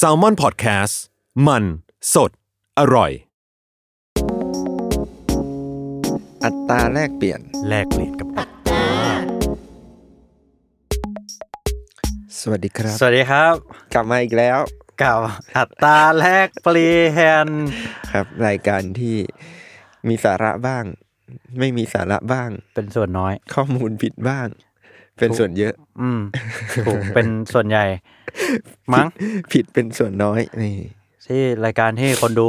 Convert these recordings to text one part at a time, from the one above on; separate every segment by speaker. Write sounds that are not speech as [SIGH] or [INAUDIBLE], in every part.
Speaker 1: s a l m o n PODCAST มันสดอร่อย
Speaker 2: อัตราแลกเปลี่ยน
Speaker 1: แลกเปลี่ยนกับ
Speaker 2: สวัสดีครับ
Speaker 3: สวัสดีครับ
Speaker 2: กลับมาอีกแล้ว
Speaker 3: กับอัตราแลกเปลี่ยน
Speaker 2: ครับ รายการที่มีสาระบ้าง ไม่มีสาระบ้าง
Speaker 3: เป็นส่วนน้อย
Speaker 2: ข้อมูลผิดบ้าง เป็นส่วนเยอะ
Speaker 3: อืมถูกเป็นส่วนใหญ่ มั้ง
Speaker 2: ผิดเป็นส่วนน้อยนี่
Speaker 3: ที่รายการที่คนดู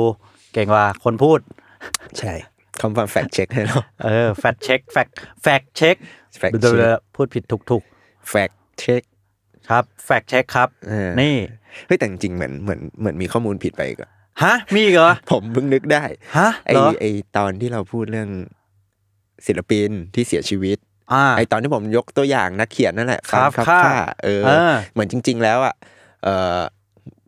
Speaker 3: เก่งกว่าคนพูด
Speaker 2: ใช่คำฟังแฟกเช็คให้เรา
Speaker 3: เออ แฟกเช็ค แฟกแฟกเช็ค
Speaker 2: fact
Speaker 3: ดู
Speaker 2: check
Speaker 3: ๆพูดผิดถูกถูก
Speaker 2: แฟกเช็ค
Speaker 3: ๆครับ แฟกเช็คครับ
Speaker 2: เออ
Speaker 3: นี่
Speaker 2: เฮ้ยแต่จริงๆเหมือนเหมือนเหมือนมีข้อมูลผิดไปอีก็
Speaker 3: ฮะมีอีกเหรอ
Speaker 2: ผมเพิ่งนึกได้
Speaker 3: ฮะ
Speaker 2: ไอ
Speaker 3: เหรอ
Speaker 2: ไอตอนที่เราพูดเรื่องศิลปินที่เสียชีวิต
Speaker 3: อ่า
Speaker 2: ไอตอนที่ผมยกตัวอย่างนักเขียนนั่นแหละ
Speaker 3: ครั
Speaker 2: ฟั
Speaker 3: บ
Speaker 2: งครับ
Speaker 3: ค่ะ
Speaker 2: ค่ะเออ
Speaker 3: เออ
Speaker 2: เหมือนจริง ๆ แล้วอ่ะเออ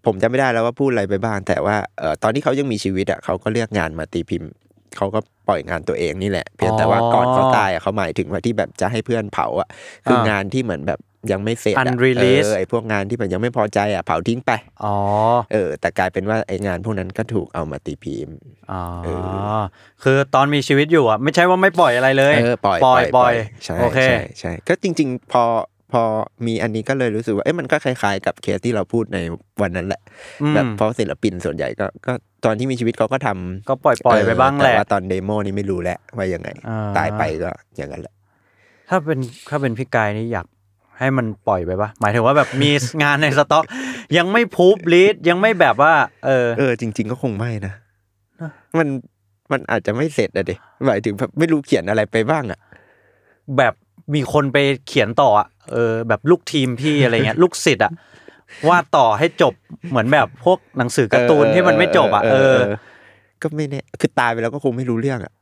Speaker 2: ผมจำไม่ได้แล้วว่าพูดอะไรไปบ้าง แต่ว่าเออตอนที่เขายังมีชีวิตอ่ะเขาก็เลือกงานมาตีพิมพ์ เขาก็ปล่อยงานตัวเองนี่แหละ เพียงแต่ว่าก่อนเขาตายอ่ะเขาหมายถึงว่าที่แบบจะให้เพื่อนเผาอ่ะ คืองานที่เหมือนแบบยังไม่เสร็จอ่ะ
Speaker 3: Unreleased
Speaker 2: เออไอพวกงานที่มันยังไม่พอใจอ่ะเผาทิ้งไป
Speaker 3: อ๋อ
Speaker 2: เออ แต่กลายเป็นว่าไองานพวกนั้นก็ถูกเอามาตีพิมพ์
Speaker 3: อ๋อ
Speaker 2: เออ
Speaker 3: คือตอนมีชีวิตอยู่อ่ะไม่ใช่ว่าไม่ปล่อยอะไรเลย
Speaker 2: เออปล่อย
Speaker 3: ปล่อยปล่อย
Speaker 2: ใช่
Speaker 3: โอเค
Speaker 2: ใช่ใช่ก็จริง ๆ พอพอมีอันนี้ก็เลยรู้สึกว่าเอ๊ะมันก็คล้ายๆ กับเคสที่เราพูดในวันนั้นแหละ
Speaker 3: อืม
Speaker 2: แบบเพราะศิลปินส่วนใหญ่ก็ก็ตอนที่มีชีวิตเขาก็ทำ
Speaker 3: ก็ปล่อยปล่อย
Speaker 2: เ
Speaker 3: ไปบ้างแหละ
Speaker 2: แต่ว่าตอนเดโมนี่ไม่รู้แหละว่ายังไง
Speaker 3: อ่า
Speaker 2: ตายไปก็อย่างนั้นแหละ
Speaker 3: ถ้าเป็นถ้าเป็นพี่กายนี่อยากให้มันปล่อยไปปะหมายถึงว่าแบบมี งานในสต็อก [LAUGHS] ยังไม่พูบลีดยังไม่แบบว่า เออ
Speaker 2: เออจริง ๆ ก็คงไม่นะมันมันอาจจะไม่เสร็จอะเดหมายถึงแบบไม่รู้เขียนอะไรไปบ้างอะ
Speaker 3: แบบมีคนไปเขียนต่ออะเออ แบบลูกทีมพี่อะไร [LAUGHS] เงี้ย ลูกศิษย์อะวาดต่อให้จบเหมือนแบบพวกหนังสือการ์ตูนที่มันไม่จบอะเออ
Speaker 2: ก็ไม่แน่คือตายไปแล้วก็คงไม่รู้เรื่องอะ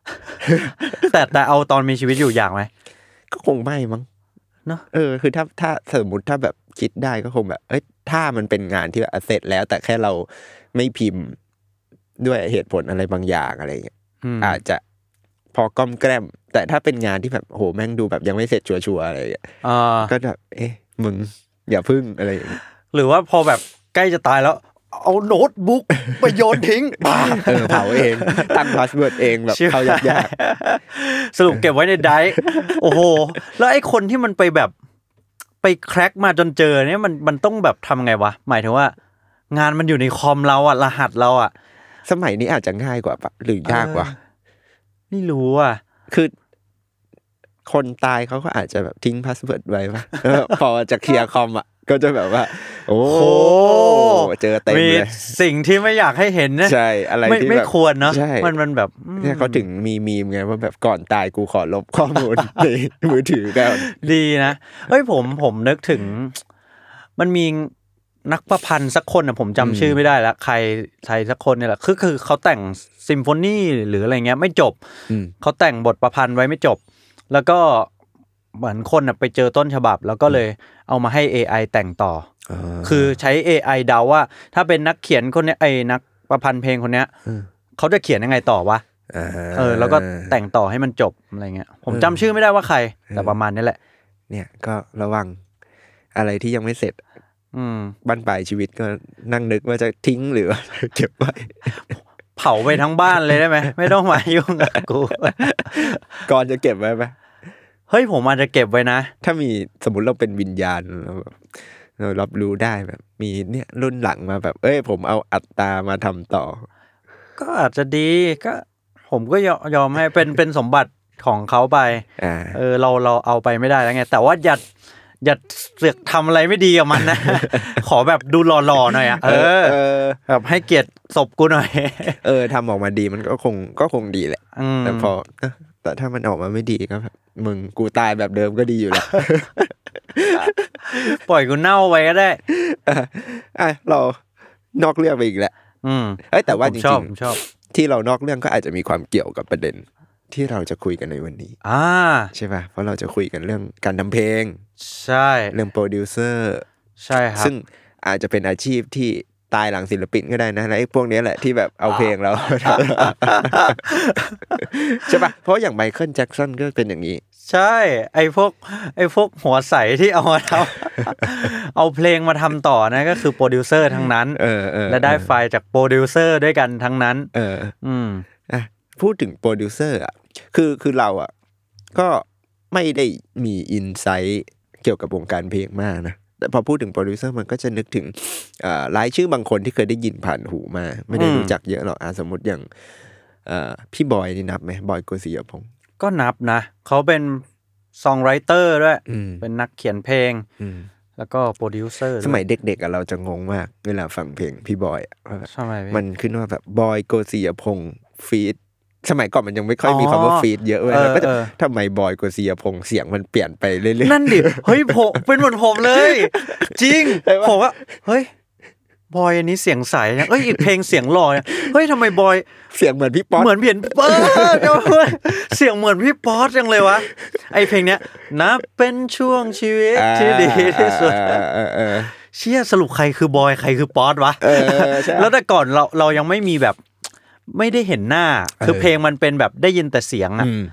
Speaker 3: แต่แต่เอาตอนมีชีวิตอยู่อย่างไหม
Speaker 2: ก็คงไม่มั้ง
Speaker 3: เนอะ
Speaker 2: เออคือถ้าถ้าสมมติถ้าแบบคิดได้ก็คงแบบ เอ้ยถ้ามันเป็นงานที่แบบอ่ะเสร็จแล้ว แต่แค่เราไม่พิมพ์ด้วยเหตุผลอะไรบางอย่างอะไรอย่างเงี้ย
Speaker 3: อืม
Speaker 2: อาจจะพอก้อมแกล้ม แต่ถ้าเป็นงานที่แบบโอ้โหแม่งดูแบบยังไม่เสร็จชัวร์ๆอะไรอย่างเงี้ย
Speaker 3: เออ
Speaker 2: ก็แบบเอ๊ะมึงอย่าพึ่งอะไรอย่างเงี้ย
Speaker 3: หรือว่าพอแบบใกล้จะตายแล้ว เอาโน้ตบุ๊กไปโยน [LAUGHS] ทิ้ง
Speaker 2: เออเผาเองตั้งพาสเวิร์ดเองแบบ
Speaker 3: ชิบ
Speaker 2: เขายาก
Speaker 3: สรุปเก็บไว้ในไดรฟ์โอ้โห แล้วไอ้คนที่มันไปแบบ ไปแคร็กมาจนเจอเนี่ยมันมันต้องแบบทำไงวะ หมายถึงว่า งานมันอยู่ในคอมเราอะรหัสเราอะ
Speaker 2: ๆสมัยนี้อาจจะง่ายกว่าปะหรือยากกว่า
Speaker 3: ไม่รู้อะ
Speaker 2: คือคนตายเขาก็อาจจะแบบทิ้งพาสเวิร์ดไว้ป่ะ เออพอจะเคลียร์คอมอ่ะ ก็จะแบบว่า โอ้
Speaker 3: โอ้
Speaker 2: เจอเต็ม
Speaker 3: มี
Speaker 2: เลย
Speaker 3: สิ่งที่ไม่อยากให้เห็นนะ
Speaker 2: ใช่อะไร
Speaker 3: ไม่
Speaker 2: ที่
Speaker 3: ไม่
Speaker 2: แบบ
Speaker 3: ควรเนาะ
Speaker 2: ใช่
Speaker 3: มันมันแบบอืม
Speaker 2: เนี่ยเขาถึงมีมีมไงว่าแบบก่อนตายกูขอลบข้อมูล ในมือถือก่อน
Speaker 3: ดีนะเอ้ยผมผมนึกถึง มันมีนักประพันธ์สักคนอะผมจำชื่อไม่ได้ละใครใครสักคนเนี่ยแหละคือคือเขาแต่งซิมโฟนีหรืออะไรเงี้ยไม่จบ
Speaker 2: อืม
Speaker 3: เขาแต่งบทประพันธ์ไว้ไม่จบ แล้วก็เหมือนคนน่ะไปเจอต้นฉบับ แล้วก็เลยเอามาให้ AI แต่งต่อ คือใช้ AI เดาว่า ถ้าเป็นนักเขียนคนเนี้ยไอ้นักประพันธ์เพลงคนเนี้ย
Speaker 2: อืม
Speaker 3: เขาจะเขียนยังไงต่อวะ เออ แล้วก็แต่งต่อให้มันจบอะไรเงี้ย ผมจำชื่อไม่ได้ว่าใคร แต่ประมาณนี้แหละ
Speaker 2: เนี่ยก็ระวังอะไรที่ยังไม่เสร็จ
Speaker 3: อืม
Speaker 2: บั้นปลายชีวิตก็นั่งนึกว่าจะทิ้งหรือว่าเก็บไว้
Speaker 3: เผาไปทั้งบ้านเลยได้ไหม [LAUGHS] ไม่ต้องมายุ่งกับกู [LAUGHS]
Speaker 2: ก่อนจะเก็บไว้ไหม
Speaker 3: เฮ้ย ผมอาจจะเก็บไว้นะ
Speaker 2: ถ้ามีสมมติเราเป็นวิญญาณเราแบบเรารับรู้ได้แบบ มีเนี่ยรุ่นหลังมาแบบ เอ้ย ผมเอาอัตตามาทำต่อ
Speaker 3: ก็อาจจะดีก็ ผมก็ยอมยอมให้เป็นเป็นสมบัติของเขาไป
Speaker 2: อ่า
Speaker 3: เออเราเราเอาไปไม่ได้แล้วไง แต่ว่าอย่าอย่าเสือกทำอะไรไม่ดีกับมันนะ [LAUGHS] ขอแบบดูหล่อๆหน่อยอ่ะเออ
Speaker 2: เออ
Speaker 3: แบบให้เกียรติศพกูหน่อย [LAUGHS]
Speaker 2: เออทำออกมาดีมันก็คงก็คงดีแหละ
Speaker 3: อืม
Speaker 2: แต่พอเอ้อ แต่ถ้ามันออกมาไม่ดีก็แบบมึงกูตายแบบเดิมก็ดีอยู่
Speaker 3: [LAUGHS]
Speaker 2: แล้ว
Speaker 3: ปล่อยกูเน่าไว้ก็ได้
Speaker 2: อ่ะเรานอกเรื่องไปอีกแหละ
Speaker 3: อืม
Speaker 2: เอ้ยแต่ว่าจ
Speaker 3: ผม
Speaker 2: ริ
Speaker 3: ชอบ
Speaker 2: ง
Speaker 3: ผมชอบ
Speaker 2: ๆที่เรานอกเรื่องก็อาจจะมีความเกี่ยวกับประเด็น ที่เราจะคุยกันในวันนี้
Speaker 3: อ่า
Speaker 2: ใช่ป่ะเพราะเราจะคุยกันเรื่องการทำเพลง
Speaker 3: ใช่
Speaker 2: เรื่องโปรดิวเซอร์
Speaker 3: ใช่ครับ
Speaker 2: ซึ่งอาจจะเป็นอาชีพที่ตายหลังศิลปินก็ได้นะแล้วไอ้พวกเนี้ยแหละที่แบบเอาเพลงเรา [LAUGHS] ใช่ปะเพราะอย่างไมเคิลแจ็คสันก็เป็นอย่างนี้
Speaker 3: ใช่ ไอ้พวก ไอ้พวกหัวใสที่เอามาทำ [LAUGHS] เอาเพลงมาทำต่อนะก็คือโปรดิวเซอร์ทั้งนั้น
Speaker 2: เออเออ
Speaker 3: และได้
Speaker 2: เออ
Speaker 3: ไฟล์จากโปรดิวเซอร์ด้วยกันทั้งนั้น
Speaker 2: เออ
Speaker 3: อืม
Speaker 2: อ่ะพูดถึงโปรดิวเซอร์อ่ะคือคือเราอ่ะก็ไม่ได้มีอินไซต์เกี่ยวกับวงการเพลงมากนะแต่พอพูดถึงโปรดิวเซอร์มันก็จะนึกถึงเอ่อรายชื่อบางคนที่เคยได้ยินผ่านหูมา ไม่ได้
Speaker 3: อืม
Speaker 2: รู้จักเยอะหรอกอ่ะสมมติอย่างเอ่อพี่บอยนี่นับไหมบอยโกศิยพงษ์
Speaker 3: ก็นับนะ เขาเป็นซองไรเตอร์ด้วย
Speaker 2: อืม
Speaker 3: เป็นนักเขียนเพลง แล้วก็โปรดิวเซอร์ด้ว
Speaker 2: สมัยเด็กๆอะเราจะงงมากเวลาฟังเพลงพี่บอยอะว่าแบบ
Speaker 3: ทำไมพี่
Speaker 2: มันขึ้นว่าแบบบอยโกศิยพงษ์ฟีดสมัยก่อนมันยังไม่ค่อยมีคำว่า
Speaker 3: อ๋อ
Speaker 2: ฟีดเยอะเว้ย
Speaker 3: เออ
Speaker 2: เราก็จะ
Speaker 3: เออ
Speaker 2: ทำไมบอยโกศิยพงษ์เสียงมันเปลี่ยนไปเรื่อย
Speaker 3: นั่น
Speaker 2: [LAUGHS]
Speaker 3: ดิ เฮ้ยผมเป็นเหมือนผมเลย จริง
Speaker 2: ใช่ปะ
Speaker 3: ผมว่าเฮ้ย บอยอันนี้เสียงใสนะเอ้ยอีกเพลงเสียงหล่อเนี่ยเฮ้ยทำไมบอย
Speaker 2: ๆ เสียงเหมือนพี่ป๊อต
Speaker 3: เหมือนเพียนเออเดี๋ยวเสียงเหมือนพี่ป๊อตจังเลยวะ ไอเพลงเนี้ยนับเป็นช่วงชีวิตที่ดีที่สุด
Speaker 2: อ่าเออเออ
Speaker 3: เชี่ยสรุปใครคือบอยใครคือป๊อตวะ
Speaker 2: เออใช่
Speaker 3: แล้วแต่ก่อนเราเรายังไม่มีแบบ ไม่ได้เห็นหน้า คือ
Speaker 2: เออ
Speaker 3: เพลงมันเป็นแบบได้ยินแต่เสียงอะ
Speaker 2: อืม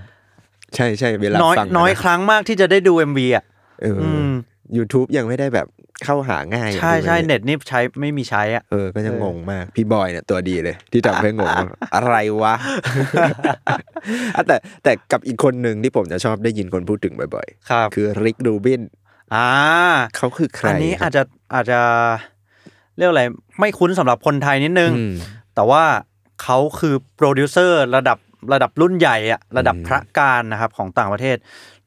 Speaker 2: ใช่ใช่เวลา
Speaker 3: น้อย
Speaker 2: ฟังะ
Speaker 3: น้อยครั้งมากที่จะได้ดู MV อ่ะ
Speaker 2: เออ
Speaker 3: อืม
Speaker 2: อ YouTube ยังไม่ได้แบบเข้าหาง่ายอย่าง
Speaker 3: ใช่
Speaker 2: ที่
Speaker 3: ใช่
Speaker 2: มัน
Speaker 3: เน็ตนี่ใช้ไม่มีใช้อ่ะ
Speaker 2: เออ ก็จะงงมาก พี่บอยเนี่ยตัวดีเลย ที่ทำให้งงว่า
Speaker 3: [LAUGHS]
Speaker 2: อะไรวะ อ่ะแต่แต่กับอีกคนหนึ่งที่ผมจะชอบได้ยินคนพูดถึงบ่อยๆ
Speaker 3: ครับ
Speaker 2: คือริกดูบิน
Speaker 3: อ่า
Speaker 2: เขาคือใคร
Speaker 3: อันนี้
Speaker 2: ครั
Speaker 3: อา
Speaker 2: บ
Speaker 3: จจะอาจจะเรียกอะไรไม่คุ้นสำหรับคนไทยนิดนึง
Speaker 2: อืม
Speaker 3: แต่ว่าเขาคือโปรดิวเซอร์ระดับระดับรุ่นใหญ่อะระดับพระการนะครับของต่างประเทศ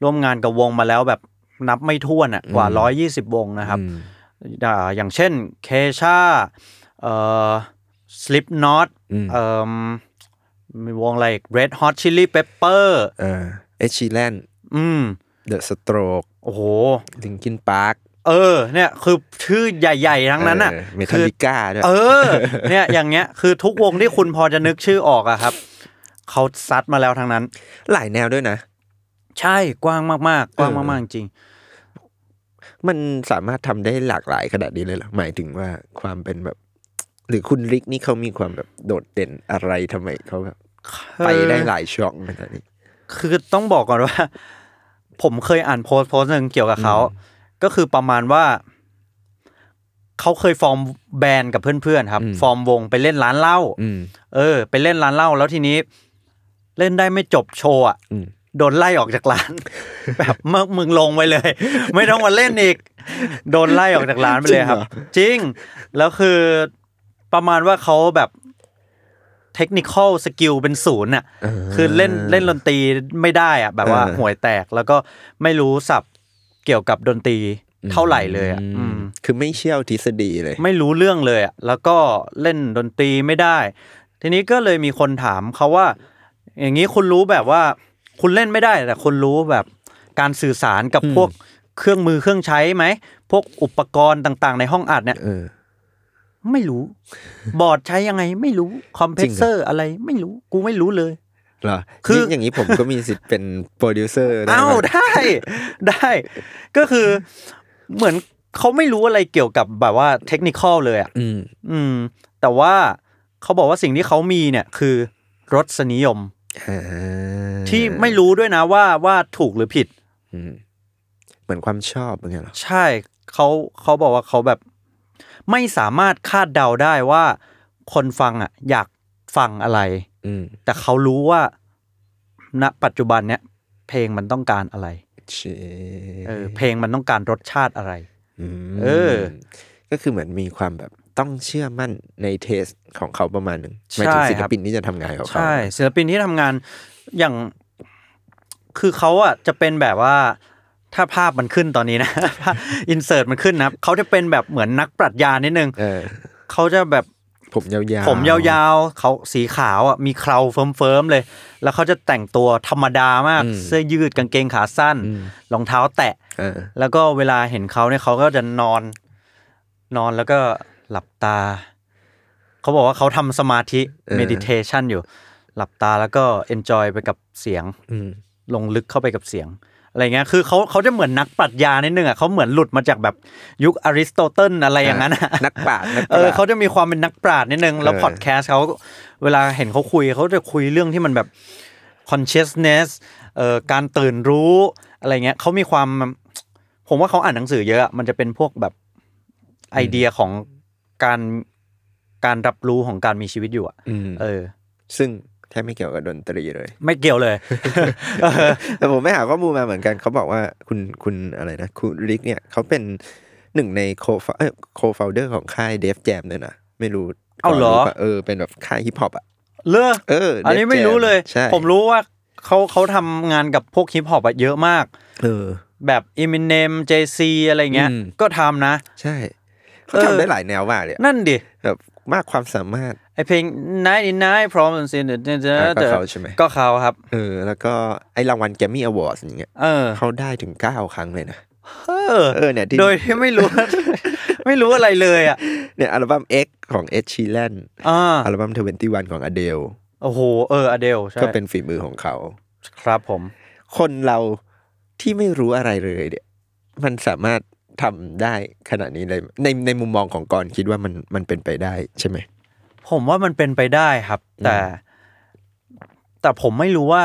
Speaker 3: ร่วมงานกับวงมาแล้วแบบนับไม่ถ้วนอะกว่า
Speaker 2: อืม
Speaker 3: 120 วงนะครับ
Speaker 2: อืม
Speaker 3: อ่าอย่างเช่นเคชาเอ่อสลิปน็อต
Speaker 2: อืม
Speaker 3: เอ่อมีวงอะไรเรดฮอตชิลลี่เปปเปอร์
Speaker 2: เออเอชิแลน
Speaker 3: อืม
Speaker 2: เดอะสโตรก
Speaker 3: โอ้โห
Speaker 2: ลิงคินพาร์ค
Speaker 3: เออเนี่ยคือชื่อใหญ่ ๆ ทั้งนั้นอะ
Speaker 2: เมทัลลิก้าด้วย
Speaker 3: เออ เนี่ยอย่างเงี้ยคือทุกวงที่คุณพอจะนึกชื่อออกอะครับเขาซัดมาแล้วทางนั้น
Speaker 2: หลายแนวด้วยนะ
Speaker 3: ใช่กว้างมากๆ กว้างมากๆจริง
Speaker 2: มันสามารถทำได้หลากหลายขนาดนี้เลยเหรอ หมายถึงว่าความเป็นแบบ หรือคุณริกนี่เขามีความแบบโดดเด่นอะไรทำไมเขาแบบไปได้หลายช่องขนาดนี้
Speaker 3: คือต้องบอกก่อนว่า ผมเคยอ่านโพสต์โพสต์หนึ่งเกี่ยวกับเขา ก็คือประมาณว่า เขาเคยฟอร์มแบนด์กับเพื่อนๆครับ
Speaker 2: อืม
Speaker 3: ฟอร์มวงไปเล่นร้านเหล้า
Speaker 2: อืม
Speaker 3: เออ ไปเล่นร้านเหล้าแล้วทีนี้ เล่นได้ไม่จบโชว์อะ
Speaker 2: อืม
Speaker 3: โดนไล่ออกจากร้าน [LAUGHS] แบบมึงมึงลงไปเลย [LAUGHS] ไม่ต้องมาเล่นอีก [LAUGHS] โดนไล่ออกจากร้านไปเลยครับ จริง แล้วคือประมาณว่าเขาแบบเทคนิคอลสกิลเป็นศูนย์อ่ะ คือเล่นเล่นดนตรีไม่ได้อ่ะ แบบว่า
Speaker 2: เออ
Speaker 3: ห่วยแตกแล้วก็ไม่รู้ศัพท์เกี่ยวกับดนตรีเท่าไหร่เลยอ่ะอืม
Speaker 2: คือไม่เชี่ยวทฤษฎีเลย
Speaker 3: ไม่รู้เรื่องเลยอะแล้วก็เล่นดนตรีไม่ได้ ทีนี้ก็เลยมีคนถามเขาว่า อย่างนี้คุณรู้แบบว่า คุณเล่นไม่ได้ แต่คุณรู้แบบการสื่อสารกับพวกเครื่องมือเครื่องใช้ไหม พวกอุปกรณ์ต่างๆ ในห้องอัดเนี่ย
Speaker 2: เออ
Speaker 3: ไม่รู้ บอร์ดใช้ยังไง ไม่รู้ คอมเพรสเซอร์อะไรไม่รู้ กูไม่รู้เลย
Speaker 2: เหรอ
Speaker 3: คื
Speaker 2: คือ
Speaker 3: อ
Speaker 2: อย่างนี้ผมก็มีสิทธิ์เป็นโปรดิวเซอร์ได้
Speaker 3: อ้าว
Speaker 2: ไหม
Speaker 3: ได้ ได้ ก็คือเหมือนเขาไม่รู้อะไรเกี่ยวกับแบบว่าเทคนิคอลเลยอะ
Speaker 2: อืม
Speaker 3: อืม แต่ว่าเขาบอกว่าสิ่งที่เขามีเนี่ยคือรสนิยม
Speaker 2: อ่า
Speaker 3: ที่ไม่รู้ด้วยนะว่าว่าถูกหรือผิด
Speaker 2: อืมเหมือนความชอบอะไรเงี้ยเหรอ
Speaker 3: ใช่เขาเขาบอกว่าเขาแบบ ไม่สามารถคาดเดาได้ว่า คนฟังอ่ะ อยากฟังอะไร
Speaker 2: อืม
Speaker 3: แต่เขารู้ว่า ณ ปัจจุบันเนี้ยเพลงมันต้องการอะไร
Speaker 2: เช
Speaker 3: เออเพลงมันต้องการรสชาติอะไร
Speaker 2: ม
Speaker 3: เออ
Speaker 2: ก็คือเหมือนมีความแบบต้องเชื่อมั่นในเทสของเขาประมาณหนึ่งหมายถึง
Speaker 3: ใช่
Speaker 2: ศิล
Speaker 3: ครับ
Speaker 2: ปินที่จะทำงานของเขา
Speaker 3: ใช่ศิลปินที่ทำงานอย่าง คือเขาอ่ะจะเป็นแบบว่าถ้าภาพมันขึ้นตอนนี้นะ [LAUGHS] อินเสิร์ตมันขึ้นนะครับเขาจะเป็นแบบเหมือนนักปรัชญานิดนึง
Speaker 2: เออ
Speaker 3: เขาจะแบบ
Speaker 2: ผมยาวๆ
Speaker 3: ผมยาวๆเขาสีขาวอ่ะมีเคราเฟิร์มๆเลย แล้วเขาจะแต่งตัวธรรมดามาก เสื้อยืดกางเกงขาสั้นรองเท้าแตะ
Speaker 2: เออ
Speaker 3: แล้วก็เวลาเห็นเขาเนี่ยเขาก็จะนอน นอนแล้วก็หลับตา เขาบอกว่าเขาทำสมาธิ meditation อยู่ หลับตาแล้วก็ enjoy ไปกับเสียง
Speaker 2: อืม
Speaker 3: ลงลึกเข้าไปกับเสียง อะไรเงี้ย คือเขาเขาจะเหมือนนักปรัชญานิดนึงอ่ะเขาเหมือนหลุดมาจากแบบยุคอริสโตเติลอะไรอย่างนั้นอะ
Speaker 2: นักปราชญ์นักปราชญ์
Speaker 3: เออเขาจะมีความเป็นนักปราชญ์นิดนึง แล้ว
Speaker 2: เออ
Speaker 3: พอดแคสต์เขาเวลาเห็นเขาคุยเขาจะคุยเรื่องที่มันแบบ consciousness เอ่อการตื่นรู้อะไรเงี้ยเขามีความ ผมว่าเขาอ่านหนังสือเยอะอะมันจะเป็นพวกแบบไอเดียของการการรับรู้ของการมีชีวิตอยู่อ่ะ
Speaker 2: อืม
Speaker 3: เออ
Speaker 2: ซึ่งแทบไม่เกี่ยวกับดนตรีเลย
Speaker 3: ไม่เกี่ยวเลย เออ
Speaker 2: แต่ผมไม่หาข้อมูลมาเหมือนกันเขาบอกว่าคุณคุณอะไรนะ คุณริกเนี่ยเขาเป็นหนึ่งในโคโคฟลเดอร์ของค่ายเดฟแจมเนี่ยนะไม่รู้
Speaker 3: เอาเหรอ
Speaker 2: ก่นปะเออเป็นแบบค่ายฮิปฮอปอ่ะ
Speaker 3: เลิก
Speaker 2: เออ
Speaker 3: อันนี้
Speaker 2: Def
Speaker 3: ไม่
Speaker 2: Jam
Speaker 3: รู้เลย
Speaker 2: ใช่
Speaker 3: ผมรู้ว่าเขาเขาทำงานกับพวกฮิปฮอปอะเยอะมาก
Speaker 2: เออ
Speaker 3: แบบ Eminem JC อะไรเงี้ย
Speaker 2: อืม
Speaker 3: ก็ทำนะ
Speaker 2: ใช่เขา
Speaker 3: เออ
Speaker 2: ทำได้หลายแนวมากเลยอะ
Speaker 3: นั่นดิ
Speaker 2: แบบมากความสามารถ
Speaker 3: ไอเพลง99 Problems in the
Speaker 2: อ่ะก็เขาใช่ไหม
Speaker 3: ก็เขาครับ
Speaker 2: เออ แล้วก็ไอรางวัลแกรมมี่อวอร์ดอย่างเงี้ย
Speaker 3: เออ
Speaker 2: เขาได้ถึง 9 ครั้งเลยนะ
Speaker 3: เออ
Speaker 2: เออเนี่ยที่
Speaker 3: โดยที่ไม่รู้ [LAUGHS] ไม่รู้อะไรเลยอ่ะ
Speaker 2: เนี่ยอัลบั้ม X ของเอ็ดชีแลน
Speaker 3: อ่า
Speaker 2: อัลบั้ม21ของอเดล
Speaker 3: โอ้โห เอออเดลใช่
Speaker 2: ก็เป็นฝีมือของเขา
Speaker 3: ครับผม
Speaker 2: คนเราที่ไม่รู้อะไรเลยเนี่ยมันสามารถทำได้ขนาดนี้เลยในในมุมมองของกรณ์คิดว่ามันมันเป็นไปได้ใช่ไหม
Speaker 3: ผมว่ามันเป็นไปได้ครับ แต่ แต่ผมไม่รู้ว่า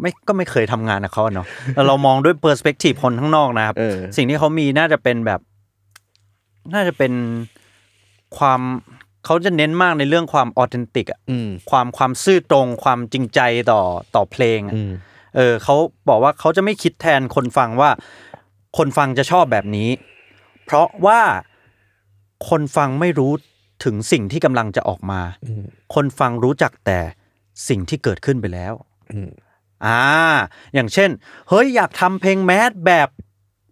Speaker 3: ไม่ก็ไม่เคยทำงานกับเขา
Speaker 2: [LAUGHS]
Speaker 3: อะเนาะแต่เรามองด้วยเปอร์สเปกทีฟคนข้างนอกนะครับ
Speaker 2: เออ
Speaker 3: สิ่งที่เขามีน่าจะเป็นแบบ น่าจะเป็นความเขาจะเน้นมากในเรื่องความออเทนติกอะ
Speaker 2: อืม
Speaker 3: ความความซื่อตรง ความจริงใจต่อต่อเพลงอะ
Speaker 2: อืม
Speaker 3: เออเขาบอกว่าเขาจะไม่คิดแทนคนฟังว่า คนฟังจะชอบแบบนี้ เพราะว่าคนฟังไม่รู้ถึงสิ่งที่กำลังจะออกมา
Speaker 2: อืม
Speaker 3: คนฟังรู้จักแต่สิ่งที่เกิดขึ้นไปแล้ว
Speaker 2: อืม
Speaker 3: อ่า อย่างเช่น เฮ้ย อยากทำเพลงแมสแบบ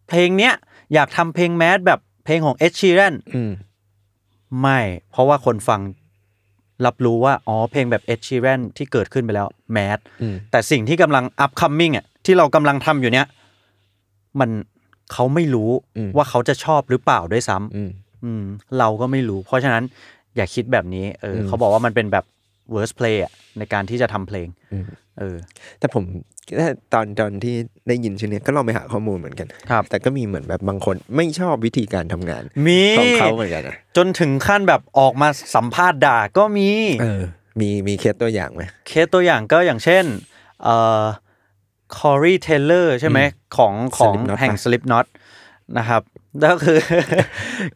Speaker 3: เพลงเนี้ย อยากทำเพลงแมสแบบเพลงของเอชชีแรน
Speaker 2: อืม
Speaker 3: ไม่ เพราะว่าคนฟังรับรู้ว่า อ๋อ เพลงแบบเอ็ดชีแรนที่เกิดขึ้นไปแล้วแมส
Speaker 2: อืม
Speaker 3: แต่สิ่งที่กำลัง upcoming อ่ะที่เรากำลังทำอยู่เนี้ยมันเขาไม่รู้ว่าเขาจะชอบหรือเปล่าด้วยซ้ำ
Speaker 2: อืม
Speaker 3: อืม เราก็ไม่รู้ เพราะฉะนั้นอย่าคิดแบบนี้ เอออเขาบอกว่ามันเป็นแบบ worst play อ่ะในการที่จะทำเพลง
Speaker 2: อืม
Speaker 3: เออ
Speaker 2: แต่ผมตอนตอนที่ได้ยินชื่อเนี้ยก็ลองไปหาข้อมูลเหมือนกัน
Speaker 3: ครับ
Speaker 2: แต่ก็มีเหมือนแบบบางคนไม่ชอบวิธีการทำงาน
Speaker 3: มี
Speaker 2: ของเขาเหมือนกันนะ
Speaker 3: จนถึงขั้นแบบออกมาสัมภาษณ์ด่าก็มี
Speaker 2: เออ มีมีเคสตัวอย่างไหม
Speaker 3: เคสตัวอย่างก็อย่างเช่นเอ่อคอรีเทเลอร์ใช่ไหมของของ
Speaker 2: Slipknot
Speaker 3: แห่ง
Speaker 2: ปะ
Speaker 3: Slipknot นะครับ [LAUGHS] ก็คือ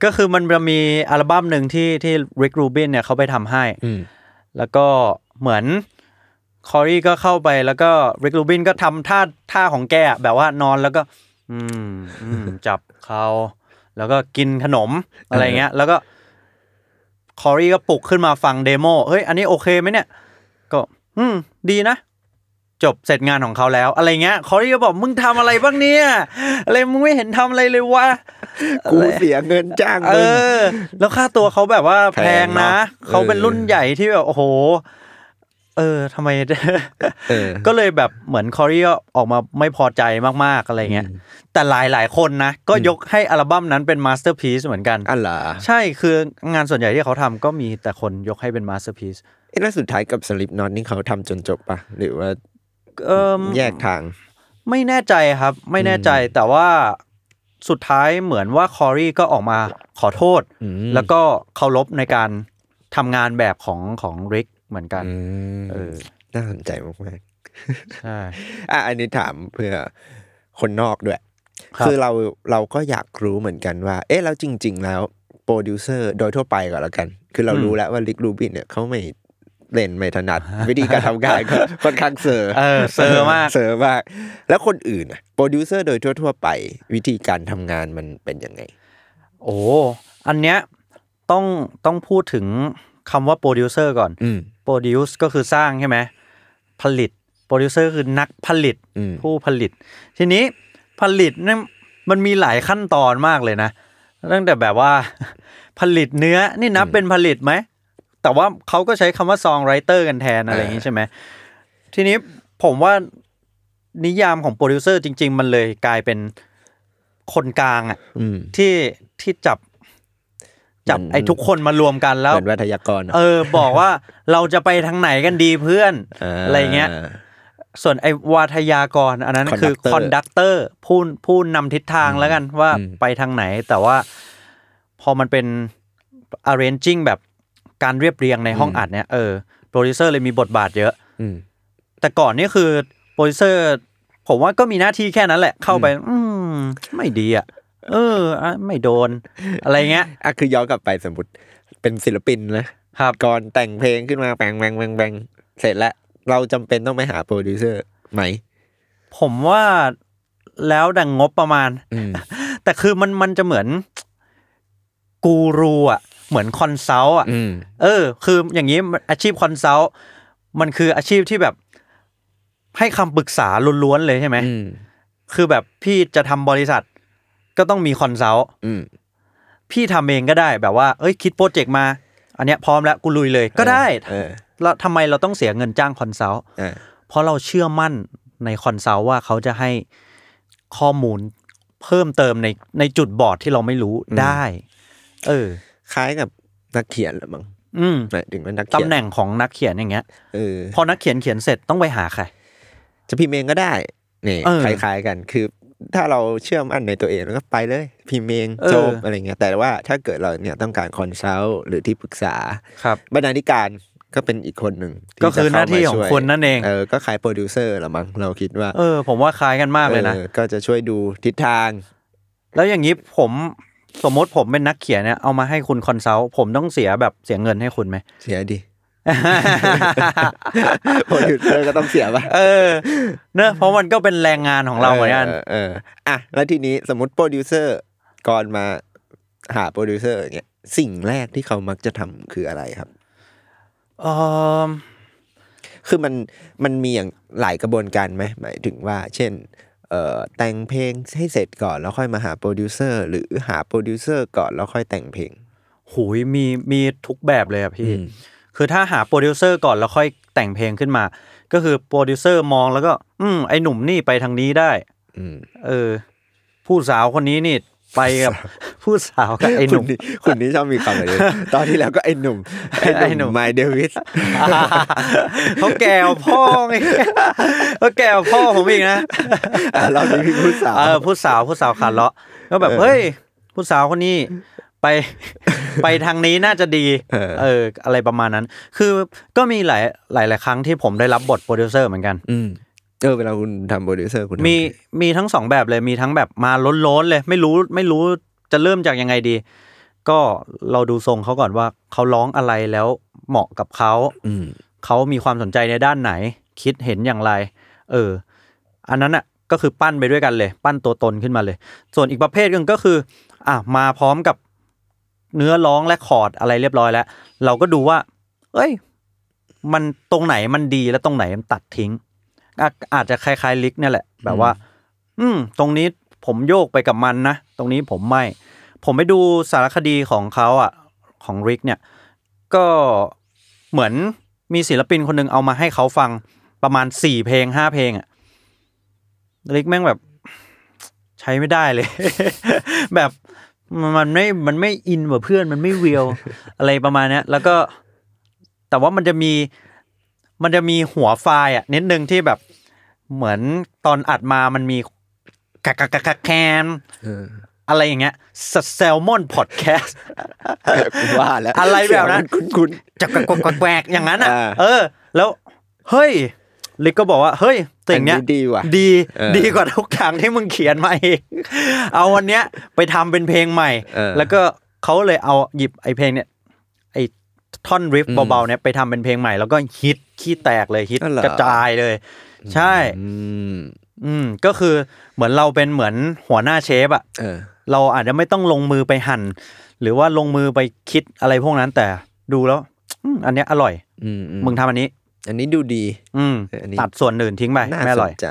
Speaker 3: ก็คือมันจะมีอัลบั้มหนึ่งที่ที่ Rick Rubin เนี่ยเขาไปทำให้
Speaker 2: อืม
Speaker 3: แล้วก็เหมือนคอรีก็เข้าไปแล้วก็ Rick Rubin ก็ทำท่าท่าของแกอะแบบว่านอนแล้วก็ อืมอืม จับเขาแล้วก็กินขนมอะไรเงี้ย แล้วก็คอรีก็ปลุกขึ้นมาฟังเดโมเฮ้ย อันนี้โอเคไหมเนี่ย ก็ อืม ดีนะ จบเสร็จงานของเขาแล้ว อะไรเงี้ยคอรีก็บอกมึงทำอะไรบ้างเนี่ยอะไรมึงไม่เห็นทำอะไรเลยวะ
Speaker 2: กูเสียเงินจ้าง
Speaker 3: เอ
Speaker 2: มึง
Speaker 3: อ แล้วค่าตัวเขาแบบว่าแพ
Speaker 2: แพ
Speaker 3: ง
Speaker 2: ง
Speaker 3: นะ
Speaker 2: เนาะ
Speaker 3: เขาเป็น
Speaker 2: เออ
Speaker 3: รุ่นใหญ่ที่แบบ โอ้โห เออทำไม [LAUGHS]
Speaker 2: เออ
Speaker 3: ก็เลยแบบเหมือนคอรีก็ออกมาไม่พอใจมากๆ อะไรเงี้ย แต่หลายๆ คนนะ ก็ยกให้อัลบั้มนั้นเป็นมาสเตอร์พีซเหมือนกัน
Speaker 2: อันเหรอ
Speaker 3: ใช่คืองานส่วนใหญ่ที่เขาทำก็มีแต่คนยกให้เป็นมาสเตอร์พีซ
Speaker 2: เอ๊ะแล้วสุดท้ายกับสลิปน็อตนี่เขาทำจนจบปะหรือว่า
Speaker 3: เอ่ม
Speaker 2: แยกทาง
Speaker 3: ไม่แน่ใจครับ ไม่แน่ใจแต่ว่าสุดท้ายเหมือนว่าคอรี่ก็ออกมาขอโทษ
Speaker 2: อืม
Speaker 3: แล้วก็เคารพในการทำงานแบบของของริกเหมือนกัน เออ
Speaker 2: น่าสนใจมาก
Speaker 3: ใช่
Speaker 2: ๆอ่ะอันนี้ถามเพื่อคนนอกด้วย
Speaker 3: ครับ
Speaker 2: คือเราเราก็อยากรู้เหมือนกันว่า เอ๊ะแล้วจริง ๆ แล้วโปรดิวเซอร์โดยทั่วไปก่อนละกัน คือเรารู้แล้วว่าลิกรูบินเนี่ยเขาไม่เล่นไม่ถนั
Speaker 3: [LAUGHS]
Speaker 2: ด วิธีการทำงานก็ [LAUGHS] ค่อนข้างเซอร์
Speaker 3: เออเซอร์มาก
Speaker 2: เซอร์มาก แล้วคนอื่นอะโปรดิวเซอร์โดยทั่วๆไป วิธีการทำงานมันเป็นยังไง
Speaker 3: โอ้อันเนี้ยต้องต้องพูดถึงคำว่าโปรดิวเซอร์ก่อน
Speaker 2: อืม
Speaker 3: โปรดิวส์ก็คือสร้างใช่ไหมผลิตโปรดิวเซอร์คือนักผลิต
Speaker 2: อืม
Speaker 3: ผู้ผลิต ทีนี้ผลิตเนี่ยมันมีหลายขั้นตอนมากเลยนะตั้งแต่แบบว่า [LAUGHS] ผลิตเนื้อนี่นับ
Speaker 2: อืม
Speaker 3: เป็นผลิตไหม แต่ว่าเขาก็ใช้คำว่าซองไรเตอร์กันแทนอะไร
Speaker 2: เออ
Speaker 3: อ
Speaker 2: อ
Speaker 3: ย่างนี้ใช่ไหม ทีนี้ผมว่านิยามของโปรดิวเซอร์จริง ๆ มันเลยกลายเป็นคนกลางอะ
Speaker 2: อืม
Speaker 3: ที่ที่จับจับ
Speaker 2: เหมือน
Speaker 3: ไอ้ทุกคนมารวมกันแล้ว
Speaker 2: เหมือนวัทยากร
Speaker 3: เออ บอกว่าเราจะไปทางไหนกันดีเพื่อน อะไรเงี้ย
Speaker 2: า
Speaker 3: ส่วนไอ้วาทยากร อันนั้นคือ
Speaker 2: Conductor
Speaker 3: คอนดักเตอร์ผู้ผู้นำทิศทางแล้วกันว่า
Speaker 2: อืม
Speaker 3: ไปทางไหน แต่ว่าพอมันเป็น arranging แบบการเรียบเรียงในห้องอัดเนี่ยเออโปรดิวเซอร์เลยมีบทบาทเยอะ
Speaker 2: อืม
Speaker 3: แต่ก่อนนี่คือโปรดิวเซอร์ ผมว่าก็มีหน้าที่แค่นั้นแหละ เข้าไป อืม ไม่ดีอ่ะ เอออ่ะไม่โดน อะไรเงี้ย
Speaker 2: อ่ะคือย้อนกลับไปสมมติเป็นศิลปินนะครับ ก่อนแต่งเพลงขึ้นมาแบงแบงแบงแบงเสร็จแล้ว เราจำเป็นต้องไปหาโปรดิวเซอร์ไหม
Speaker 3: ผมว่าแล้วดังงบประมาณ
Speaker 2: อืม
Speaker 3: แต่คือมันมันจะเหมือน กูรูอะเหมือนคอนซัลท์อะ
Speaker 2: อืม
Speaker 3: เออ คืออย่างนี้อาชีพคอนซัลท์มันคืออาชีพที่แบบ ให้คำปรึกษาล้วนๆเลยใช่ไหม
Speaker 2: อืม
Speaker 3: คือแบบพี่จะทำบริษัท ก็ต้องมีคอนซัลท์
Speaker 2: อืม
Speaker 3: พี่ทำเองก็ได้แบบว่าเอ้ยคิดโปรเจกต์มา อันเนี้ยพร้อมแล้วกูลุยเลยก็ได้
Speaker 2: เออ
Speaker 3: แล้วทำไมเราต้องเสียเงินจ้างคอนซัลท์
Speaker 2: อ่ะ
Speaker 3: เพราะเราเชื่อมั่นในคอนซัลท์ว่าเขาจะให้ข้อมูลเพิ่มเติมในในจุดบอดที่เราไม่รู้ได้ เออ
Speaker 2: คล้ายกับนักเขียนเหรือมั้ง
Speaker 3: อืม
Speaker 2: หมายถึงว่านัก
Speaker 3: ตำ
Speaker 2: เขียน
Speaker 3: แหน่งของนักเขียนอย่างเงี้ย
Speaker 2: เออ
Speaker 3: พอนักเขียนเขียนเสร็จต้องไปหาใคร
Speaker 2: จะพิมพ์เองก็ได้นี่
Speaker 3: เออ
Speaker 2: คล้าย ๆกัน คือ ถ้าเราเชื่อมั่นในตัวเองแล้วก็ไปเลย พิมพ์เอง
Speaker 3: เออ
Speaker 2: จบอะไรเงี้ยแต่ว่าถ้าเกิดเราเนี่ยต้องการคอนซัลท์หรือที่ปรึกษา
Speaker 3: ครับ
Speaker 2: บรรณาธิการก็เป็นอีกคนหนึ่งที่
Speaker 3: ก็คือ
Speaker 2: จะ
Speaker 3: ห
Speaker 2: เข้ม
Speaker 3: น้าที่ของ
Speaker 2: ช่วย
Speaker 3: คนนั่นเอง
Speaker 2: เออก็คล้ายโปรดิวเซอร์ละมั้งเราคิดว่า
Speaker 3: เออ ผมว่าคล้ายกันมากเลยนะ
Speaker 2: ออก็จะช่วยดูทิศทาง
Speaker 3: แล้วอย่างนี้ผมสมมติผมเป็นนักเขียนเนี่ยเอามาให้คุณคอนซัลท์ผมต้องเสียแบบเสียเงินให้คุณ [LAUGHS] ไหม
Speaker 2: เสียดิ โปรดิวเซอร์ก็ต้องเสียป่ะ
Speaker 3: เออ เนอะเพราะมันก็เป็นแรงงานของเราเหมือนกัน
Speaker 2: เอออ่ะแล้วทีนี้สมมติโปรดิวเซอร์ก่อนมาหาโปรดิวเซอร์อย่างเงี้ยสิ่งแรกที่เขามักจะทำคืออะไรครับ
Speaker 3: เออ
Speaker 2: คือมันมันมีอย่างหลายกระบวนการไหมหมายถึงว่า เช่นเอ่อแต่งเพลงให้เสร็จก่อนแล้วค่อยมาหาโปรดิวเซอร์หรือหาโปรดิวเซอร์ก่อนแล้วค่อยแต่งเพลง
Speaker 3: หูยมีมีทุกแบบเลยอะพี่
Speaker 2: อืม
Speaker 3: คือถ้าหาโปรดิวเซอร์ก่อนแล้วค่อยแต่งเพลงขึ้นมา ก็คือโปรดิวเซอร์มองแล้วก็ อืมไอหนุ่มนี่ไปทางนี้ได้
Speaker 2: อืม
Speaker 3: เออ ผู้สาวคนนี้นี่ไปกับ [LAUGHS] ผู้สาวกับไอห
Speaker 2: คุ
Speaker 3: นุ่
Speaker 2: ณ
Speaker 3: ม
Speaker 2: นี่คุณนี่ชอบมีคำอะไรเนี่ย
Speaker 3: [LAUGHS]
Speaker 2: ตอนที่แล้วก็ไอ้หนุ่ม
Speaker 3: ไอ้
Speaker 2: ไอ้
Speaker 3: ห
Speaker 2: ห
Speaker 3: นุ่
Speaker 2: นุ่ม
Speaker 3: ม
Speaker 2: ไมเดวิส
Speaker 3: [LAUGHS] เขาแกวพ่อไง [LAUGHS] เขาแกวพ่อผมอีกนะ
Speaker 2: อ่ะเรามีพี่ผู้สาว
Speaker 3: เออผู้สาวผู้สาวขาเลาะก็แบบ
Speaker 2: เออ
Speaker 3: เฮ้ยผู้สาวคนนี้ไป
Speaker 2: [LAUGHS]
Speaker 3: ไปทางนี้น่าจะดี
Speaker 2: เออ
Speaker 3: เออ อะไรประมาณนั้น คือก็มีหลายหลายหลายครั้งที่ผมได้รับบทโปรดิวเซอร์เหมือนกัน
Speaker 2: อืมเออเวลาคุณทำโปรดิวเซอร์คุณทำ
Speaker 3: มี
Speaker 2: ไง
Speaker 3: มีทั้งสองแบบเลยมีทั้งแบบมาล้นๆเลย ไม่รู้ไม่รู้จะเริ่มจากยังไงดี ก็เราดูทรงเขาก่อนว่าเขาร้องอะไรแล้วเหมาะกับเขา
Speaker 2: อืม
Speaker 3: เขามีความสนใจในด้านไหน คิดเห็นอย่างไร เออ อันนั้นอ่ะก็คือปั้นไปด้วยกันเลย ปั้นตัวตนขึ้นมาเลย ส่วนอีกประเภทหนึงก็คือ อ่ะมาพร้อมกับเนื้อร้องและคอร์ดอะไรเรียบร้อยแล้ว เราก็ดูว่า เอ้ย มันตรงไหนมันดีและตรงไหนมันตัดทิ้งอะอาจจะคล้ายๆลิกเนี่ยแหละ แบบว่า อืม ตรงนี้ผมโยกไปกับมันนะ ตรงนี้ผมไม่ ผมไปดูสารคดีของเขาอ่ะ ของริกเนี่ย ก็เหมือนมีศิลปินคนหนึ่งเอามาให้เขาฟังประมาณสี่เพลงห้าเพลงอะริกแม่งแบบ ใช้ไม่ได้เลย [LAUGHS] แบบมันไม่มันไม่อินกว่าเพื่อนมันไม่เวียว อะไรประมาณเนี้ยแล้วก็ แต่ว่ามันจะมีมันจะมีหัวไฟล์อ่ะนิดนึงที่แบบเหมือนตอนอัดมามันมีกักกักกักกักแคน
Speaker 2: เออ
Speaker 3: อะไรอย่างเงี้ยแซลมอนพอดแคสต์
Speaker 2: [LAUGHS] กูว่าแล้ว
Speaker 3: อะไรแบบนั้น
Speaker 2: เสียงมัคุ้น
Speaker 3: จับกวักกวักแกวกอย่างนั้นอ่ะ
Speaker 2: อ่า
Speaker 3: เออ แล้วเฮ้ยลิกก็บอกว่า เฮ้ยสิ่งเนี้ย
Speaker 2: อันนี้ดีว่ะ
Speaker 3: ดี
Speaker 2: เออ
Speaker 3: ดีกว่าทุกทางที่มึง [LAUGHS] เขียนมาเอง เอาวันเนี้ยไปทำเป็นเพลงใหม่
Speaker 2: เออ
Speaker 3: แล้วก็เขาเลยเอาหยิบไอ้เพลงเนี้ยไอ้ท่อนริฟ
Speaker 2: อืม
Speaker 3: เบาๆเนี้ยไปทำเป็นเพลงใหม่ แล้วก็ฮิตขี้แตกเลยฮิต
Speaker 2: อ๋อเหรอ
Speaker 3: กระจายเลย ใช่
Speaker 2: ๆอืม
Speaker 3: อืมก็คือเหมือนเราเป็นเหมือนหัวหน้าเชฟอะ
Speaker 2: เออ
Speaker 3: เราอาจจะไม่ต้องลงมือไปหั่น หรือว่าลงมือไปคิดอะไรพวกนั้นแต่ดูแล้วอืมอันเนี้ยอร่อย
Speaker 2: อืม
Speaker 3: มึงทำอันนี้
Speaker 2: อันนี้ดูดี
Speaker 3: อืม
Speaker 2: เอออันนี้
Speaker 3: ตัดส่วนอื่นทิ้งไป
Speaker 2: น่า
Speaker 3: ไม่อ
Speaker 2: ส
Speaker 3: ร่อย
Speaker 2: นใจ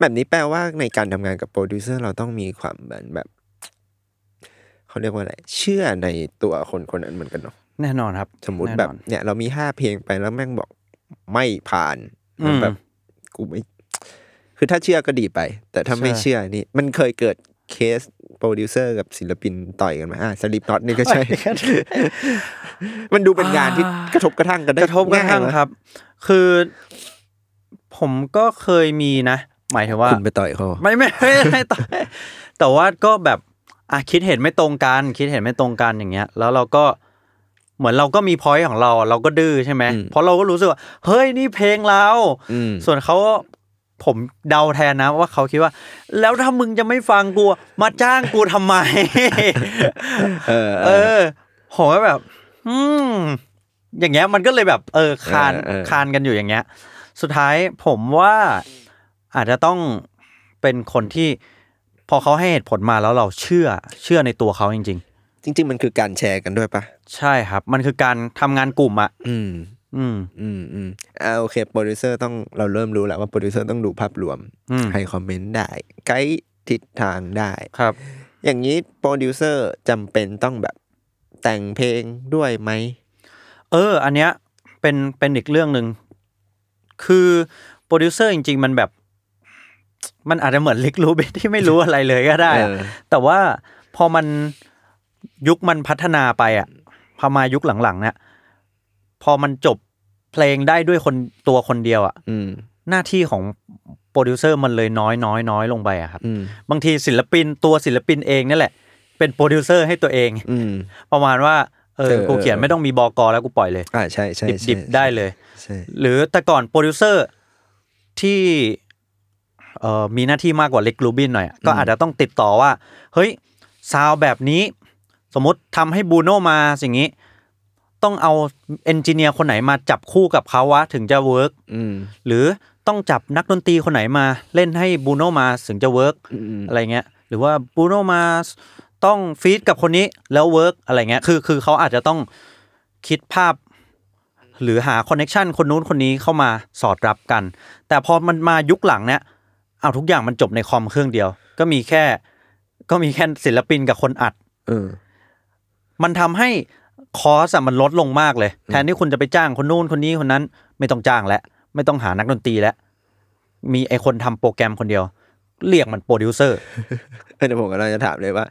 Speaker 2: แบบนี้แปลว่าในการทำงานกับโปรดิวเซอร์เราต้องมีความเหมือนแบบ เขาเรียกว่าอะไร เชื่อในตัวคนคนนั้นเหมือนกันเนาะ
Speaker 3: แน่นอนครับ
Speaker 2: สมมติ
Speaker 3: น่นอน
Speaker 2: แบบเนี่ยเรามีห้าเพลงไปแล้วแม่งบอกไม่ผ่านมัน
Speaker 3: อืม
Speaker 2: แบบกูไม่ คือถ้าเชื่อก็ดีไป แต่ถ้าไม่
Speaker 3: ใช่
Speaker 2: เชื่อนี่ มันเคยเกิดเคสโปรดิวเซอร์กับศิลปินต่อยกันไหมอ่าสลิปน็อตนี่ก็ใช่ [LAUGHS] มันดูเป็นงานที่กระทบกระทั่งกันได้
Speaker 3: กระทบกระทั่ง
Speaker 2: ง่าย
Speaker 3: ค
Speaker 2: นะ
Speaker 3: รับ คือ ผมก็เคยมีนะ หมายถึงว่า
Speaker 2: คุณไปต่อยเขา
Speaker 3: ไม่ไม่ไม่ไม่ต่อแต่ว่าก็แบบอ่ะคิดเห็นไม่ตรงกันคิดเห็นไม่ตรงกันอย่างเงี้ย แล้วเราก็เหมือนเราก็มีพอยต์ของเราอ่ะเราก็ดื้อใช่ไหมเพราะเราก็รู้สึกว่าเฮ้ยนี่เพลงเรา
Speaker 2: อืม
Speaker 3: ส่วนเขาผมเดาแทนนะว่าเขาคิดว่า แล้วถ้ามึงจะไม่ฟังกูมาจ้างกูทำไม
Speaker 2: เออเอ
Speaker 3: เอ
Speaker 2: อ
Speaker 3: อผมก็แบบ อืม อย่างเงี้ยมันก็เลยแบบ เออคาน
Speaker 2: เออเออ
Speaker 3: คานกันอยู่อย่างเงี้ย สุดท้ายผมว่าอาจจะต้องเป็นคนที่ พอเขาให้เหตุผลมาแล้วเราเชื่อเชื่อในตัวเขาจริง
Speaker 2: จริง ๆ มันคือการแชร์กันด้วยปะ
Speaker 3: ๆ ใช่ครับ มันคือการทำงานกลุ่มอะ
Speaker 2: อืม
Speaker 3: อืม
Speaker 2: อืมอืมอ่าโอเคโปรดิวเซอร์ต้องเราเริ่มรู้แล้วว่าโปรดิวเซอร์ต้องดูภาพรวม
Speaker 3: อืม
Speaker 2: ให้คอมเมนต์ได้ไกด์ทิศทางได้
Speaker 3: ครับ
Speaker 2: อย่างนี้โปรดิวเซอร์จำเป็นต้องแบบแต่งเพลงด้วยไหม
Speaker 3: เออ อันเนี้ยเป็นเป็นอีกเรื่องหนึ่ง คือโปรดิวเซอร์จริง ๆ มันแบบ มันอาจจะเหมือนลิกรู้เบ [LAUGHS] ที่ไม่รู้อะไรเลยก็ได้อะ
Speaker 2: เออ
Speaker 3: แต่ว่าพอมันยุคมันพัฒนาไปอ่ะพอมายุคหลังๆเนี่ยพอมันจบเพลงได้ด้วยคนตัวคนเดียวอ่ะ
Speaker 2: อืม
Speaker 3: หน้าที่ของโปรดิวเซอร์มันเลยน้อยน้อยน้อยลงไปอ่ะครับ
Speaker 2: อืม
Speaker 3: บางทีศิลปินตัวศิลปินเองนี่แหละ เป็นโปรดิวเซอร์ให้ตัวเอง
Speaker 2: อืม
Speaker 3: ประมาณว่าเอ
Speaker 2: เอ
Speaker 3: อ
Speaker 2: อเออ
Speaker 3: กูเขียนไม่ต้องมีบอกอแล้วกูปล่อยเลย
Speaker 2: อ่าใช่ใช่
Speaker 3: ดิบ
Speaker 2: ใช่
Speaker 3: ดิบได้เลย
Speaker 2: ใช่
Speaker 3: หรือแต่ก่อนโปรดิวเซอร์ที่เอ่อมีหน้าที่มากกว่าเล็กรูบินหน่อยอะก็อาจจะต้องติดต่อว่า เฮ้ยซาวด์แบบนี้ สมมติทำให้บูโนมาสิ่างนี้ ต้องเอาเอนจิเนียร์คนไหนมาจับคู่กับเขาวะ ถึงจะเวิร์ก
Speaker 2: อืม
Speaker 3: หรือต้องจับนักดนตรีคนไหนมาเล่นให้บูโนมาถึงจะเวิร์ก
Speaker 2: อืม
Speaker 3: อะไรเงี้ย หรือว่าบูโนมาต้องฟีดกับคนนี้แล้วเวิร์กอะไรเงี้ยคือคือเขาอาจจะต้องคิดภาพ หรือหาคอนเน็ชันคนนู้นคนนี้เข้ามาสอดรับกัน แต่พอมันมายุคหลังเนี่ยเอาทุกอย่างมันจบในคอมเครื่องเดียว ก็มีแค่ ก็มีแค่ศิลปินกับคนอัด
Speaker 2: เออ
Speaker 3: มันทำให้คอสอะมันลดลงมากเลย แทนที่คุณจะไปจ้างคนนู้นคนนี้คนนั้น ไม่ต้องจ้างแล้วไม่ต้องหานักดนตรีแล้ว มีไอคนทำโปรแกรมคนเดียว เรียกมันโปรดิวเซอร์
Speaker 2: เดี๋ยวผมกำลังจะถามเลยว่า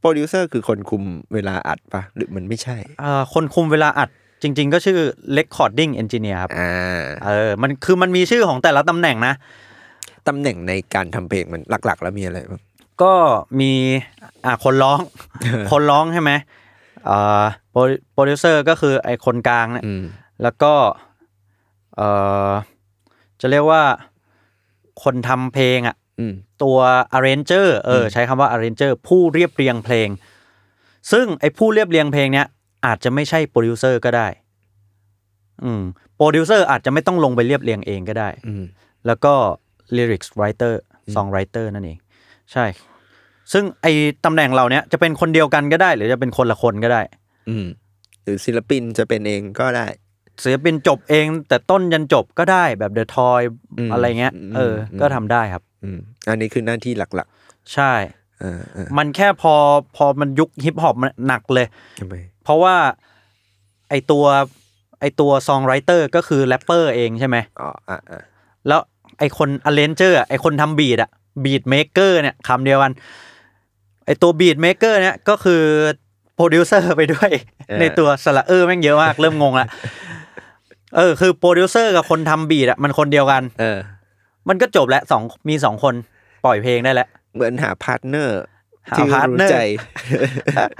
Speaker 2: โปรดิวเซอร์คือคนคุมเวลาอัดปะหรือมันไม่ใช่
Speaker 3: เอ่อคนคุมเวลาอัดจริง ๆ ก็ชื่อ recording engineer ครับ
Speaker 2: อ่า
Speaker 3: เออมันคือมันมีชื่อของแต่ละตำแหน่งนะ
Speaker 2: ตำแหน่งในการทำเพลงมันหลัก ๆ แล้วมีอะไรบ้าง
Speaker 3: ก็มีอ่ะคนร้อง
Speaker 2: [LAUGHS]
Speaker 3: คนร้องใช่ไหมเอ่อโปรโปรดิวเซอร์ก็คือไอคนกลางเนี่ย
Speaker 2: อืม
Speaker 3: แล้วก็เอ่อจะเรียกว่าคนทำเพลงอ่ะ
Speaker 2: อืม
Speaker 3: ตัว arranger เอออใช้คำว่า arranger ผู้เรียบเรียงเพลง ซึ่งไอ้ผู้เรียบเรียงเพลงเนี้ยอาจจะไม่ใช่โปรดิวเซอร์ก็ได้ อืมโปรดิวเซอร์อาจจะไม่ต้องลงไปเรียบเรียงเองก็ได้
Speaker 2: อืม
Speaker 3: แล้วก็ lyrics writer song writer นั่นเอง ใช่ ซึ่งไอ้ตำแหน่งเราเนี้ยจะเป็นคนเดียวกันก็ได้ หรือจะเป็นคนละคนก็ได้
Speaker 2: อืม หรือศิลปินจะเป็นเองก็ได้
Speaker 3: ศิลปินจบเอง แต่ต้นยันจบก็ได้แบบ The Toy
Speaker 2: อืม
Speaker 3: อะไรเงี้ย
Speaker 2: อืม
Speaker 3: เออ
Speaker 2: อืม
Speaker 3: ก็ทำได้ครับ
Speaker 2: อืม อันนี้คือหน้าที่หลัก
Speaker 3: ใช่
Speaker 2: ๆเออเออ
Speaker 3: มันแค่พอพอมันยุคฮิปฮอปมันหนักเลย
Speaker 2: ทำไม
Speaker 3: เพราะว่าไอตัวไอตัวซองไรเตอร์ก็คือแรปเปอร์เองใช่ไหม
Speaker 2: อ๋อ อ่ะอ่ะ
Speaker 3: แล้วไอคนอเลนเจอร์ไอคนทำบีดอะบีดเมเกอร์เนี่ยคำเดียวกัน ไอตัวบีดเมเกอร์เนี่ยก็คือโปรดิวเซอร์ไป [LAUGHS] ด้วย ในตัวสระเออแม่งเยอะมาก เริ่มงงละเออ คือโปรดิวเซอร์กับคนทำบีดอะมันคนเดียวกัน
Speaker 2: เออ
Speaker 3: มันก็จบแล้วสองมีสองคนปล่อยเพลงได้แล้ว
Speaker 2: เหมือนหาพาร์ทเนอร์
Speaker 3: หา
Speaker 2: ที่
Speaker 3: พาร์ทเนอร์
Speaker 2: ใจ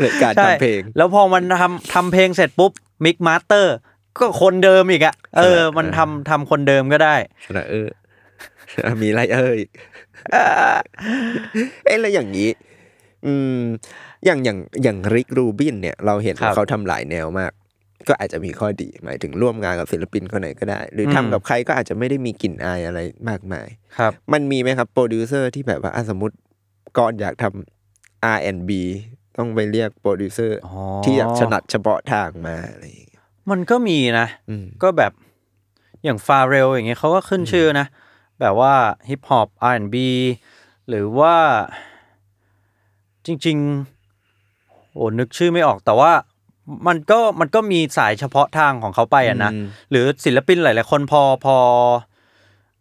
Speaker 2: ในการ
Speaker 3: ใช่
Speaker 2: ทำเพลง
Speaker 3: แล้วพอมันทำทำเพลงเสร็จปุ๊บมิกมาสเตอร์ก็คนเดิมอีกอะเออ
Speaker 2: ใช่ไหม
Speaker 3: มันทำทำคนเดิมก็ได้
Speaker 2: นะเออ มีไรเอ้ยเอ้ยแล้วอย่างนี้ อืม อย่างอย่างอย่างริกรูบินเนี่ย เราเห็น
Speaker 3: ครั
Speaker 2: ว่า
Speaker 3: บ
Speaker 2: เขาทำหลายแนวมาก ก็อาจจะมีข้อดี หมายถึงร่วมงานกับศิลปินคนไหนก็ได้ หรืออ
Speaker 3: ม
Speaker 2: ทำกับใครก็อาจจะไม่ได้มีกลิ่นอายอะไรมากมาย
Speaker 3: ครับ
Speaker 2: มันมีไหมครับโปรดิวเซอร์ที่แบบว่าอ่ะสมมติก่อนอยากทำ R&B ต้องไปเรียกโปรดิวเซอร์
Speaker 3: อ๋อ
Speaker 2: ที่แบบถนัดเฉพาะทางมาอะไรอย่างเงี้ย
Speaker 3: มันก็มีนะ
Speaker 2: อืม
Speaker 3: ก็แบบอย่างฟาเรลอย่างเงี้ยเขาก็ขึ้นชื่อนะ แบบว่าฮิปฮอป R&B หรือว่าจริง ๆ โห โอ้นึกชื่อไม่ออกแต่ว่ามันก็มันก็มีสายเฉพาะทางของเขาไปอะนะ
Speaker 2: อืม
Speaker 3: หรือศิลปินหลาย ๆ คนพอพอ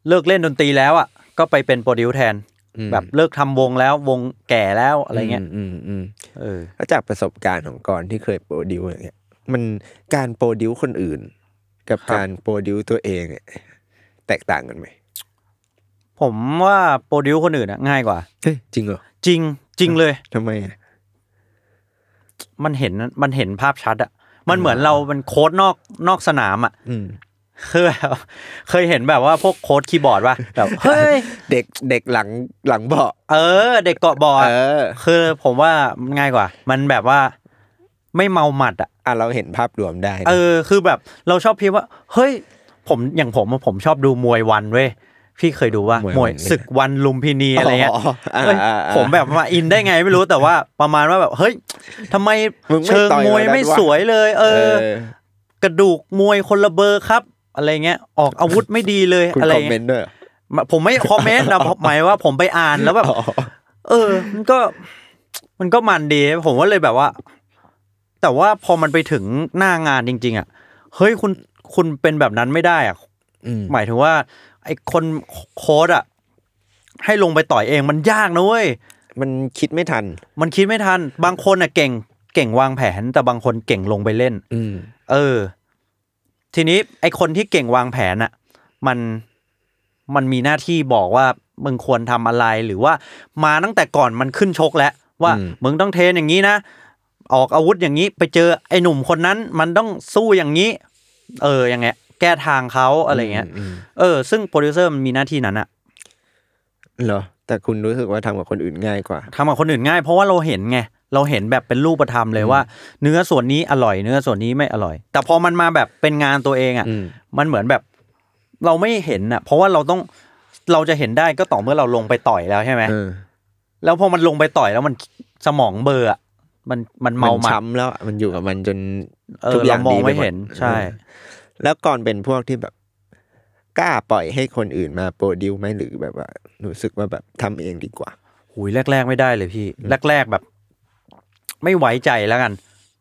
Speaker 3: เลิกเล่นดนตรีแล้วอ่ะก็ไปเป็นโปรดิวแทน
Speaker 2: อืม
Speaker 3: แบบเลิกทำวงแล้ววงแก่แล้วอะไรเงี้ย
Speaker 2: อืมอืมอืม
Speaker 3: เออ
Speaker 2: แล้วจากประสบการณ์ของกรที่เคยโปรดิวอย่างเงี้ยมันการโปรดิวคนอื่น กับ
Speaker 3: ครับ
Speaker 2: การโปรดิวตัวเองเนี่ยแตกต่างกันไหม
Speaker 3: ผมว่าโปรดิวคนอื่นอะง่ายกว่า
Speaker 2: เฮ้ยจริงเหรอ
Speaker 3: จริงจริงเลย
Speaker 2: ทำไมอะ
Speaker 3: มันเห็นมันเห็นภาพชัดอะมันเหมือนเราเป็นโค้ดนอกนอกสนามอะ [LAUGHS]
Speaker 2: อืม
Speaker 3: คือแบบเคยเห็นแบบว่าพวกโค้ดคีย์บอร์ดป่ะแบบเฮ้ย
Speaker 2: เด็กเด็กหลังหลังเบาะ
Speaker 3: เออ เด็กเกาะบอร์ด
Speaker 2: เออ
Speaker 3: คือผมว่ามันง่ายกว่า มันแบบว่าไม่เมาหมัดอะ
Speaker 2: อ่ะเราเห็นภาพรวมได้นะ
Speaker 3: เออ คือแบบเราชอบพี่ว่า เฮ้ย ผมอย่างผมอะผมชอบดูมวยวันเว้ยพี่เคยดูว่ามวยศึกวันลุมพินีอะไรเงี้ย
Speaker 2: อ่า
Speaker 3: เอ้ย
Speaker 2: อ่าอ่า
Speaker 3: ผมแบบมาอินได้ไงไม่รู้แต่ว่าประมาณว่าแบบเฮ้ยทำไม
Speaker 2: มึงไม่
Speaker 3: เชิง
Speaker 2: ต่อย
Speaker 3: มวย
Speaker 2: แบบนั้น
Speaker 3: ไม่
Speaker 2: วะ
Speaker 3: สวยเลย เอ
Speaker 2: เอ
Speaker 3: อ
Speaker 2: อก
Speaker 3: ระดูกมวยคนละเบอร์ครับ อะไรเงี้ยออกอาวุธไม่ดีเลย
Speaker 2: คุณ
Speaker 3: อะไร
Speaker 2: คอมเม
Speaker 3: เงี้
Speaker 2: น
Speaker 3: ย
Speaker 2: ต์ด้วยเหรอ
Speaker 3: ผมไม่คอมเมนต์นะ [LAUGHS] ผมหมายว่าผมไปอ่านแล้วแบบ
Speaker 2: อ๋อ
Speaker 3: เออ มันก็ มันก็มันดีผมก็เลยแบบว่า แต่ว่าพอมันไปถึงหน้างานจริง ๆ อ่ะเฮ้ยคุณคุณเป็นแบบนั้นไม่ได้อ่ะ
Speaker 2: อืม
Speaker 3: หมายถึงว่า ไอ้คนโค้ดอ่ะให้ลงไปต่อยเองมันยากนะเว้ย
Speaker 2: มันคิดไม่ทัน
Speaker 3: มันคิดไม่ทัน บางคนน่ะเก่ง เก่งวางแผน แต่บางคนเก่งลงไปเล่น
Speaker 2: อืม
Speaker 3: เออ ทีนี้ไอคนที่เก่งวางแผนน่ะ มัน มันมีหน้าที่บอกว่ามึงควรทำอะไร หรือว่ามาตั้งแต่ก่อนมันขึ้นชกแล้วว่ามึงต้องเทรนอย่างนี้นะ ออกอาวุธอย่างนี้ ไปเจอไอหนุ่มคนนั้น มันต้องสู้อย่างนี้ เออ ยังไง แก้ทางเขาอะไรเงี้ย
Speaker 2: ม
Speaker 3: เออ ซึ่งโปรดิวเซอร์มันมีหน้าที่นั้นอะ
Speaker 2: เหรอแต่คุณรู้สึกว่าทำกับคนอื่นง่ายกว่า
Speaker 3: ทำกับคนอื่นง่ายเพราะว่าเราเห็นไง เราเห็นแบบเป็นรูปธรรมเลยว่า เนื้อส่วนนี้อร่อยเนื้อส่วนนี้ไม่อร่อย แต่พอมันมาแบบเป็นงานตัวเองอ่ะ
Speaker 2: อืม
Speaker 3: มันเหมือนแบบ เราไม่เห็นอ่ะ เพราะว่าเราต้องเราจะเห็นได้ก็ต่อเมื่อเราลงไปต่อยแล้วใช่ไหม
Speaker 2: เออ
Speaker 3: แล้วพอมันลงไปต่อยแล้วมันสมองเบลอร์อ่ะมันมัน
Speaker 2: มั
Speaker 3: เมาน หมัด
Speaker 2: ช้ำแล้วอะมันอยู่กับมันจน
Speaker 3: เอ
Speaker 2: ทุ
Speaker 3: อก
Speaker 2: อย่า
Speaker 3: เรา
Speaker 2: ง
Speaker 3: มอง
Speaker 2: ดีป
Speaker 3: ไม่
Speaker 2: ด
Speaker 3: เห็นใช่
Speaker 2: ออ แล้วก่อนเป็นพวกที่แบบกล้าปล่อยให้คนอื่นมาโปรดิวไหมหรือแบบว่ารู้สึกว่าแบบทำเองดีกว่า
Speaker 3: หุยแรก ๆ ไม่ได้เลยพี่ แรก ๆ แบบ ไม่ไว้ใจแล้วกัน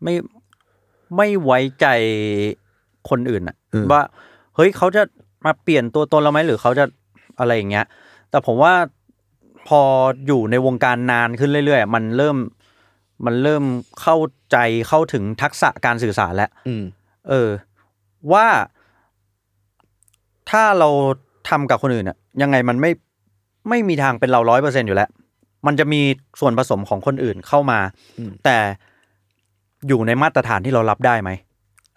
Speaker 3: ไม่ไม่ไว้ใจคนอื่นอะ
Speaker 2: อืม
Speaker 3: ว่าเฮ้ยเขาจะมาเปลี่ยนตัวตนเราไหมหรือเขาจะอะไรอย่างเงี้ย แต่ผมว่าพออยู่ในวงการนานขึ้นเรื่อยๆอะมันเริ่มมันเริ่มเข้าใจเข้าถึงทักษะการสื่อสารแล้ว
Speaker 2: อืม
Speaker 3: เออ ว่าถ้าเราทำกับคนอื่นอะยังไงมันไม่ไม่มีทางเป็นเราร้อยเปอร์เซ็นอยู่แล้ว มันจะมีส่วนผสมของคนอื่นเข้ามา
Speaker 2: อืม
Speaker 3: แต่อยู่ในมาตรฐานที่เรารับได้ไหม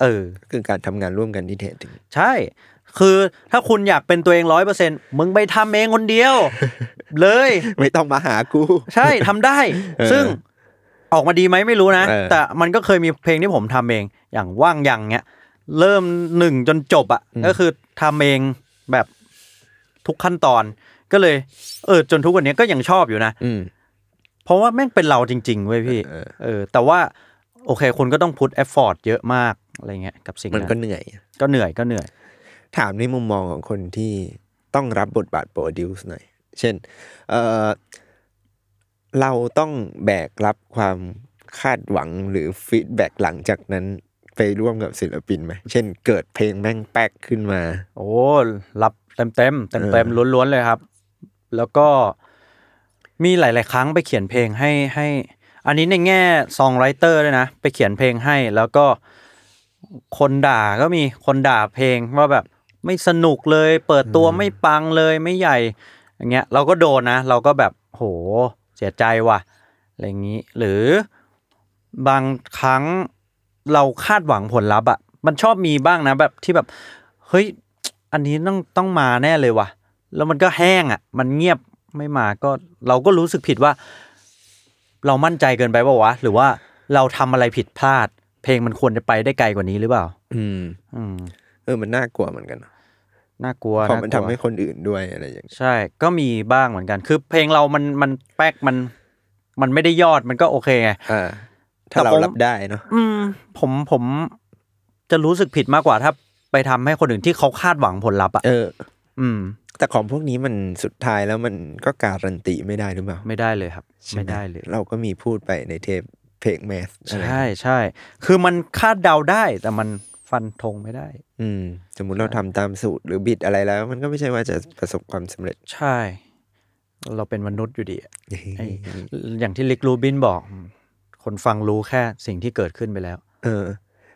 Speaker 3: เออ
Speaker 2: คือการทำงานร่วมกันที่แท้จริง
Speaker 3: ใช่ คือถ้าคุณอยากเป็นตัวเองร้อยเปอร์เซ็นมึงไปทำเองคนเดียว เลย
Speaker 2: ไม่ต้องมาหากู
Speaker 3: ใช่ทำได้
Speaker 2: เออ
Speaker 3: ซึ่งออกมาดีไหมไม่รู้นะ
Speaker 2: เออ
Speaker 3: แต่มันก็เคยมีเพลงที่ผมทำเอง อย่างว่างยังเนี้ย เริ่มหนึ่งจนจบอะ่ะ ก็คือทำเองแบบทุกขั้นตอน ก็เลย เออ จนทุกวันนี้ก็ยังชอบอยู่นะ
Speaker 2: อืม
Speaker 3: เพราะว่าแม่งเป็นเราจริง ๆ เว้ยพี่
Speaker 2: เออ
Speaker 3: เออ แต่ว่า โอเค คุณก็ต้องพุทเอฟฟอร์ตเยอะมากอะไรเงี้ยกับสิ่ง
Speaker 2: มัน
Speaker 3: นั้
Speaker 2: ก็
Speaker 3: น
Speaker 2: เหนื่อย
Speaker 3: ก็เหนื่อยก็เหนื่อย
Speaker 2: ถามในมุมมองของคนที่ต้องรับบทบาทโปรดิวส์หน่อย เช่น เออเราต้องแบกรับความคาดหวังหรือฟีดแบ็หลังจากนั้นไปร่วมกับศิลปินไหมเช่น เกิดเพลงแม่งแป๊กขึ้นมา
Speaker 3: โอ้ รับเต็มเต็มเต็มเต็ม
Speaker 2: เออ
Speaker 3: ๆล้วนๆเลยครับ แล้วก็มีหลาย ๆ ครั้งไปเขียนเพลงให้ให้ อันนี้ในแง่ซองไรเตอร์ด้วยนะ ไปเขียนเพลงให้ แล้วก็คนด่าก็มีคนด่าเพลงว่าแบบไม่สนุกเลย เปิดตัวไม่ปังเลยไม่ใหญ่ อย่างเงี้ย เราก็โดนนะ เราก็แบบโหเสียใจว่ะอะไรอย่างนี้ หรือบางครั้งเราคาดหวังผลลัพธ์อะมันชอบมีบ้างนะแบบที่แบบ เฮ้ย อันนี้ต้องต้องมาแน่เลยว่ะ แล้วมันก็แห้งอ่ะ มันเงียบไม่มาก็เราก็รู้สึกผิดว่า เรามั่นใจเกินไปเปล่าวะ หรือว่าเราทำอะไรผิดพลาด เพลงมันควรจะไปได้ไกลกว่านี้หรือเปล่า
Speaker 2: อืม
Speaker 3: อืม
Speaker 2: เออ มันน่ากลัวเหมือนกันเนอะ
Speaker 3: น่ากลัว
Speaker 2: เพราะมันทำ
Speaker 3: กลัว
Speaker 2: ให้คนอื่นด้วยอะไรอย่างเงี้ย
Speaker 3: ใช่ ก็มีบ้างเหมือนกัน คือเพลงเรามันมันแป๊กมัน มันไม่ได้ยอดมันก็โอเคไง
Speaker 2: อ่า ถ้า
Speaker 3: แต่
Speaker 2: เรา
Speaker 3: ผม
Speaker 2: รับได้เนาะ
Speaker 3: อืม ผมผมจะรู้สึกผิดมากกว่าถ้าไปทำให้คนอื่นที่เขาคาดหวังผลลัพธ์อ่ะ
Speaker 2: เออ
Speaker 3: อืม
Speaker 2: แต่ของพวกนี้มันสุดท้ายแล้วมันก็การันตีไม่ได้หรือเปล่า
Speaker 3: ไม่ได้เลยครับ
Speaker 2: ใช่ห
Speaker 3: ไม่ได้เลย
Speaker 2: เราก็มีพูดไปในเทป เพลงแมสอะไร
Speaker 3: ใช่ใช่คือมันคาดเดาได้แต่มันฟันธงไม่ได้
Speaker 2: อืมสมมุติเราทำตามสูตรหรือบิดอะไรแล้ว มันก็ไม่ใช่ว่าจะประสบความสำเร็จ
Speaker 3: ใช่ เราเป็นมนุษย์อยู่ดีอะไอ้อย่างที่ลิกรูบินบอก คนฟังรู้แค่สิ่งที่เกิดขึ้นไปแล้ว
Speaker 2: เออ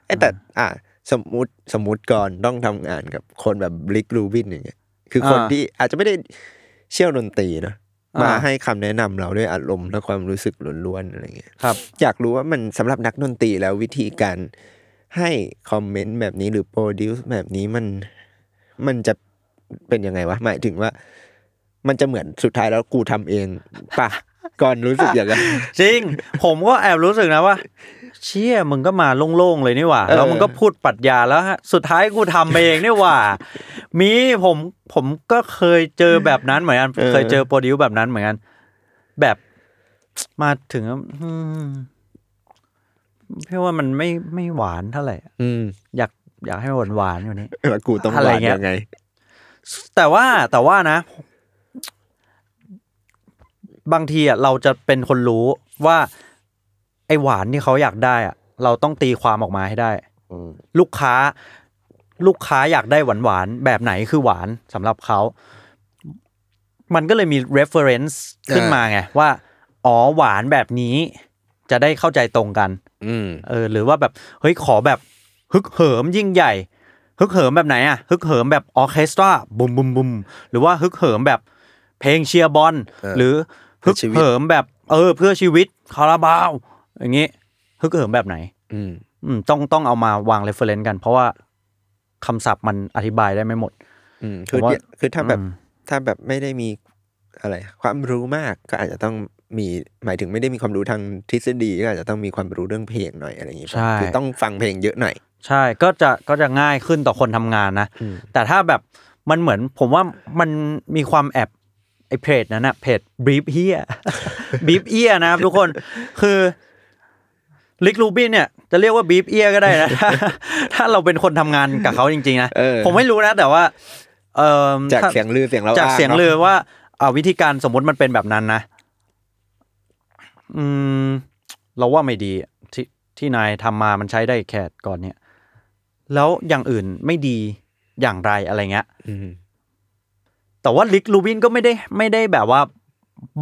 Speaker 2: เอ้ยแต่อ่ะสมมติสมมติก่อนต้องทำงานกับคนแบบลิกรูบินอย่างเงี้ยคือคน
Speaker 3: อ่า
Speaker 2: ที่อาจจะไม่ได้เชี่ยวดนตรีนะ
Speaker 3: อ่าม
Speaker 2: มาให้คำแนะนำเราด้วยอารมณ์และความรู้สึกล้วนๆอะไรเงี้ย
Speaker 3: ครับ
Speaker 2: อยากรู้ว่ามันสำหรับนักดนตรีแล้ววิธีการให้คอมเมนต์แบบนี้หรือโปรดิวซ์แบบนี้มันมันจะเป็นยังไงวะ หมายถึงว่า มันจะเหมือนสุดท้ายแล้วกูทำเองป่ะก่อนรู้สึกอย่างนั้น
Speaker 3: จริง ผมก็แอบรู้สึกนะว่า เชี่ยมึงก็มาโล่งๆเลยนี่หว่า
Speaker 2: เออ
Speaker 3: แล้วมึงก็พูดปรัดยาแล้วฮะสุดท้ายกูทำเองนี่หว่า มีผมผมก็เคยเจอแบบนั้นเหมือนกันเคยเจอโปรดิวแบบนั้นเหมือนกัน แบบมาถึงแล้วอืมพี่ว่ามันไม่ไม่หวานเท่าไหร่
Speaker 2: อืม
Speaker 3: [LAUGHS] อยากอยากให้หวานหวานๆอยู่นี้
Speaker 2: แล้วกูต้อง
Speaker 3: อะไร
Speaker 2: วาด
Speaker 3: เงี้ย
Speaker 2: ยังไง
Speaker 3: แต่ว่าแต่ว่านะ บางทีอ่ะเราจะเป็นคนรู้ว่า ไอหวานที่เขาอยากได้อ่ะ เราต้องตีความออกมาให้ได้ลูกค้า ลูกค้าอยากได้หวานหวานๆแบบไหนคือหวานสำหรับเขา มันก็เลยมี reference ขึ้นมาไงว่า อ๋อหวานแบบนี้ จะได้เข้าใจตรงกัน
Speaker 2: อืม
Speaker 3: เออหรือว่าแบบเฮ้ยขอแบบฮึกเหิมยิ่งใหญ่ ฮึกเหิมแบบไหนอะฮึกเหิมแบบออเคสตราบุมบุมบุมหรือว่าฮึกเหิมแบบเพลงเชียร์บอล
Speaker 2: เออ
Speaker 3: หรือ
Speaker 2: เพื่
Speaker 3: ฮึ
Speaker 2: อก ชีวิต
Speaker 3: เหิมแบบเออเพื่อชีวิตคาราบาวอย่างงี้ฮึกเหิมแบบไหน
Speaker 2: อืม
Speaker 3: อืมต้องต้องเอามาวางเรฟเฟรนซ์กัน เพราะว่าคำศัพท์มันอธิบายได้ไม่หมด
Speaker 2: อืมคือ
Speaker 3: ผมว่า
Speaker 2: เนี่ยคือถ้าแบบ
Speaker 3: อืม
Speaker 2: ถ้าแบบไม่ได้มีอะไร ความรู้มากก็อาจจะต้องมีหมายถึงไม่ได้มีความรู้ทางทฤษฎีก็อาจจะต้องมีความรู้เรื่องเพลงหน่อยอะไรอย่างงี้ป่ะ
Speaker 3: ใช่
Speaker 2: คือต้องฟังเพลงเยอะหน่อย
Speaker 3: ใช่ก็จะก็จะง่ายขึ้นต่อคนทำงานนะ
Speaker 2: อืม
Speaker 3: แต่ถ้าแบบมันเหมือนผมว่ามันมีความแอบไอ้เพจนั้นนะเพจบีฟเฮีย [LAUGHS] บีฟเอีย นะครับทุกคนคือลิกลูบินเนี่ย จะเรียกว่าบีฟเอียก็ได้นะ [LAUGHS] ถ้าถ้าเราเป็นคนทำงานกับเขาจริง ๆ นะ
Speaker 2: เออ
Speaker 3: ผมไม่รู้นะ แต่ว่า เออ
Speaker 2: จาก
Speaker 3: ถ้
Speaker 2: เสียงลือเสียงเรา
Speaker 3: จาก
Speaker 2: อ้
Speaker 3: เสียง
Speaker 2: นะ
Speaker 3: เลยว่าอ่าวิธีการสมมติมันเป็นแบบนั้นนะ อืม เราว่าไม่ดีที่ที่นายทำมามันใช้ได้แค่ก่อนเนี่ย แล้วอย่างอื่นไม่ดีอย่างไรอะไรเงี้ย
Speaker 2: อืม
Speaker 3: แต่ว่าลิกลูบินก็ไม่ได้ไม่ได้แบบว่า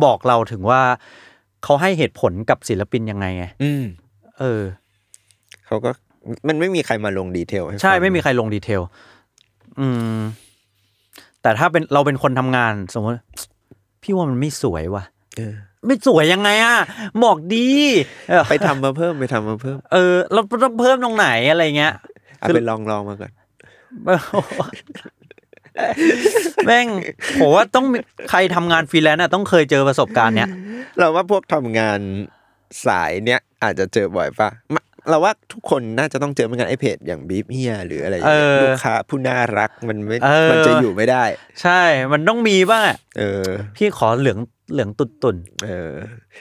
Speaker 3: บอกเราถึงว่า เขาให้เหตุผลกับศิลปินยังไงไง
Speaker 2: อืม
Speaker 3: เออ
Speaker 2: เขาก็มันไม่มีใครมาลงดีเทลห้
Speaker 3: ใช่
Speaker 2: ฟัง
Speaker 3: ไม่มีใครลงดีเทล อืม แต่ถ้าเป็นเราเป็นคนทำงาน สมมติ พี่ว่ามันไม่สวยว่ะ
Speaker 2: เออ
Speaker 3: ไม่สวยยังไงอ่ะบอกดีเออ
Speaker 2: ไปทำมาเพิ่มไปทำมาเพิ่ม
Speaker 3: เออเราต้องเพิ่มตรงไหนอะไรเงี้ [LAUGHS] ย
Speaker 2: เอา
Speaker 3: คือ
Speaker 2: ไปลองลองมาก่อน
Speaker 3: โอ้โหแม่งผมว่าต้องมีใครทำงานฟรีแลนซ์อ่ะต้องเคยเจอประสบการณ์เนี้ย
Speaker 2: เราว่าพวกทำงานสายเนี้ยอาจจะเจอบ่อยป่ะมาเราว่าทุกคนน่าจะต้องเจอเหมือนกันไอเพจอย่างบีบเฮียหรืออะไรอย่างเงี้ย
Speaker 3: เออ
Speaker 2: ลูกค้าผู้น่ารักมันไม่
Speaker 3: เออ
Speaker 2: มันจะอยู่ไม่ได้
Speaker 3: ใช่ มันต้องมีบ้างอะ
Speaker 2: เออ
Speaker 3: พี่ขอเหลืองเหลืองตุ่นตุ่น
Speaker 2: เออ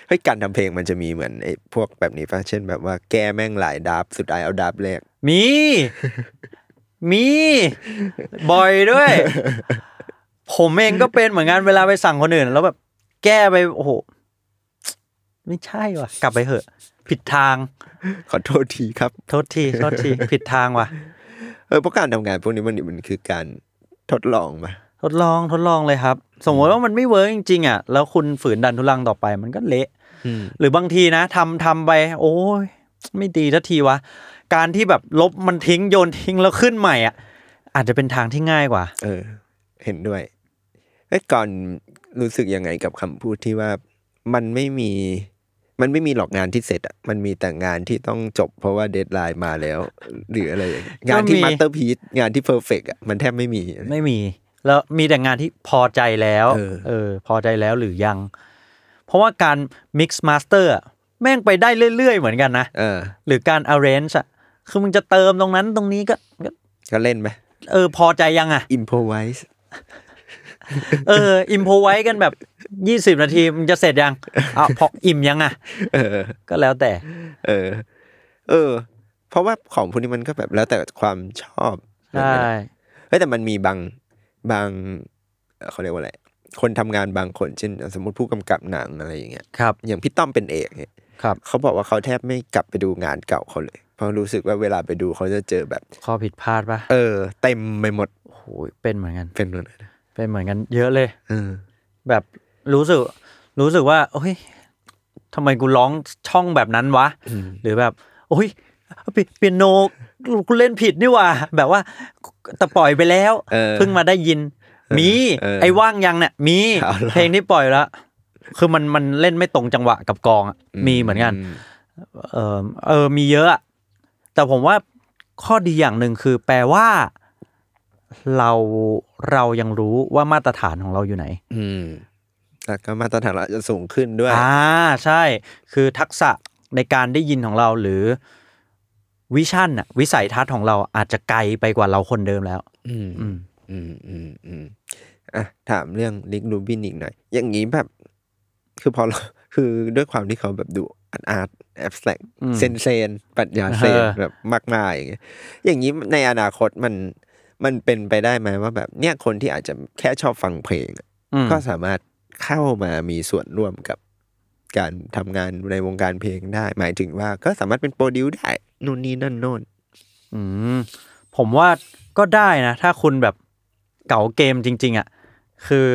Speaker 2: เฮ้ยการทำเพลงมันจะมีเหมือนไอ้พวกแบบนี้ป่ะ เช่นแบบว่าแก้แม่งหลายดับสุดท้ายเอาดับแรก
Speaker 3: ๆมี [LAUGHS] มี บ่อยด้วย ผมเองก็เป็นเหมือนกันเวลาไปสั่งคนอื่น แล้วแบบ แก้ไปโอ้โหไม่ใช่ว่ะ กลับไปเถอะ ผิดทาง
Speaker 2: ขอโทษทีครับ
Speaker 3: โทษทีโทษที ผิดทางว่ะ
Speaker 2: เออเพราะการทำงานพวกนี้มันมันคือการทดลองป่ะ
Speaker 3: ทดลองทดลองเลยครับ สมมติว่ามันไม่เวิร์กจริงๆอ่ะแล้วคุณฝืนดันทุลังต่อไปมันก็เละ
Speaker 2: อืม
Speaker 3: หรือบางทีนะทำทำไป โอ้ยไม่ดีทักทีวะ การที่แบบลบมันทิ้งโยนทิ้งแล้วขึ้นใหม่อ่ะอาจจะเป็นทางที่ง่ายกว่า
Speaker 2: เออ เห็นด้วยเอ้ยก่อนรู้สึกยังไงกับคำพูดที่ว่ามันไม่มี มันไม่มีหลอกงานที่เสร็จอะมันมีแต่งานที่ต้องจบ เพราะว่าเดทไลน์มาแล้ว หรืออะไรอย่างเงี้ยงานที่
Speaker 3: ก็มี
Speaker 2: มาสเตอร์พีซงานที่เพอร์เฟกอะมันแทบไม่มี
Speaker 3: ไม่มี แล้วมีแต่งานที่พอใจแล้ว
Speaker 2: เออ
Speaker 3: พอใจแล้วหรือยัง เพราะว่าการ mix master อะแม่งไปได้เรื่อยๆ เหมือนกันนะ
Speaker 2: เออ
Speaker 3: หรือการ arrange อ่ะคือมึงจะเติมตรงนั้นตรงนี้ก็ก็
Speaker 2: ก็เล่นไหม
Speaker 3: เออพอใจยังอ่ะ
Speaker 2: อิมพอไวส์
Speaker 3: เออ อิมโพไว้กันแบบยี่สิบ20 นาทีมันจะเสร็จยังอ้าวพออิ่มยังอ่ะ
Speaker 2: [LAUGHS] เออ
Speaker 3: ก็แล้วแต่
Speaker 2: เออ เออ เพราะว่าของพวกนี้มันก็แบบแล้วแต่ความชอบ
Speaker 3: ใช่
Speaker 2: เฮ้ยแต่มันมีบางบางเอ่อเขาเรียกว่าอะไร คนทำงานบางคนเช่น สมมติผู้กำกับหนังอะไรอย่างเงี้ย
Speaker 3: ครับ
Speaker 2: อย่างพี่ต้อมเป็นเอกเนี่ย
Speaker 3: ครับ
Speaker 2: เขาบอกว่าเขาแทบไม่กลับไปดูงานเก่าเขาเลย เพราะรู้สึกว่าเวลาไปดูเขาจะเจอแบบ
Speaker 3: ข้อผิดพลาดปะ
Speaker 2: เออ เต็มไปหมด
Speaker 3: โอ้โหเป็นเหมือนกัน
Speaker 2: เป็นหมดเลยนะ
Speaker 3: เป็นเหมือนกันเยอะเลย
Speaker 2: เออ
Speaker 3: แบบรู้สึก รู้สึกว่าโอ้ยทำไมกูร้องช่องแบบนั้นวะ
Speaker 2: อืม
Speaker 3: หรือแบบ โอ้ยเปียเปียโนกูเล่นผิดนี่หว่า แบบว่าแต่ปล่อยไปแล้ว
Speaker 2: เออ
Speaker 3: เพิ่งมาได้ยิน มี
Speaker 2: เออ
Speaker 3: ไอ้ว่างยังเนี่ยมี
Speaker 2: เอาล่ะ
Speaker 3: เพลงที่ปล่อยแล้ว คือมันมันเล่นไม่ตรงจังหวะกับกลองอะมีเหมือนกัน เออเออมีเยอะอะแต่ผมว่าข้อดีอย่างหนึ่งคือแปลว่า เราเรายังรู้ว่ามาตรฐานของเราอยู่ไหน
Speaker 2: อืมแล้วก็มาตรฐานเราจะสูงขึ้นด้วย
Speaker 3: อ่าใช่ คือทักษะในการได้ยินของเราหรือวิชั่นอะวิสัยทัศน์ของเราอาจจะไกลไปกว่าเราคนเดิมแล้ว
Speaker 2: อืม
Speaker 3: อืม
Speaker 2: อืมอืมอืมอ่ะถามเรื่องนิกรูบินอีกหน่อย อย่างนี้แบบ คือพอเรา [LAUGHS] คือด้วยความที่เขาแบบดูอาร์ตอาร์ตแอบสแตก
Speaker 3: อืม
Speaker 2: เซนเซนปรัชญาเซน
Speaker 3: เออ
Speaker 2: แบบมากมายอย่างเงี้ยอย่างนี้ในอนาคตมันมันเป็นไปได้ไหมว่าแบบเนี่ยคนที่อาจจะแค่ชอบฟังเพลงอะ
Speaker 3: อืม
Speaker 2: ก็สามารถเข้ามามีส่วนร่วมกับการทำงานในวงการเพลงได้ หมายถึงว่าก็สามารถเป็นโปรดิวได้นู่นนี่นั่นโน่น
Speaker 3: อืมผมว่าก็ได้นะ ถ้าคุณแบบเก่าเกมจริง ๆอะคือ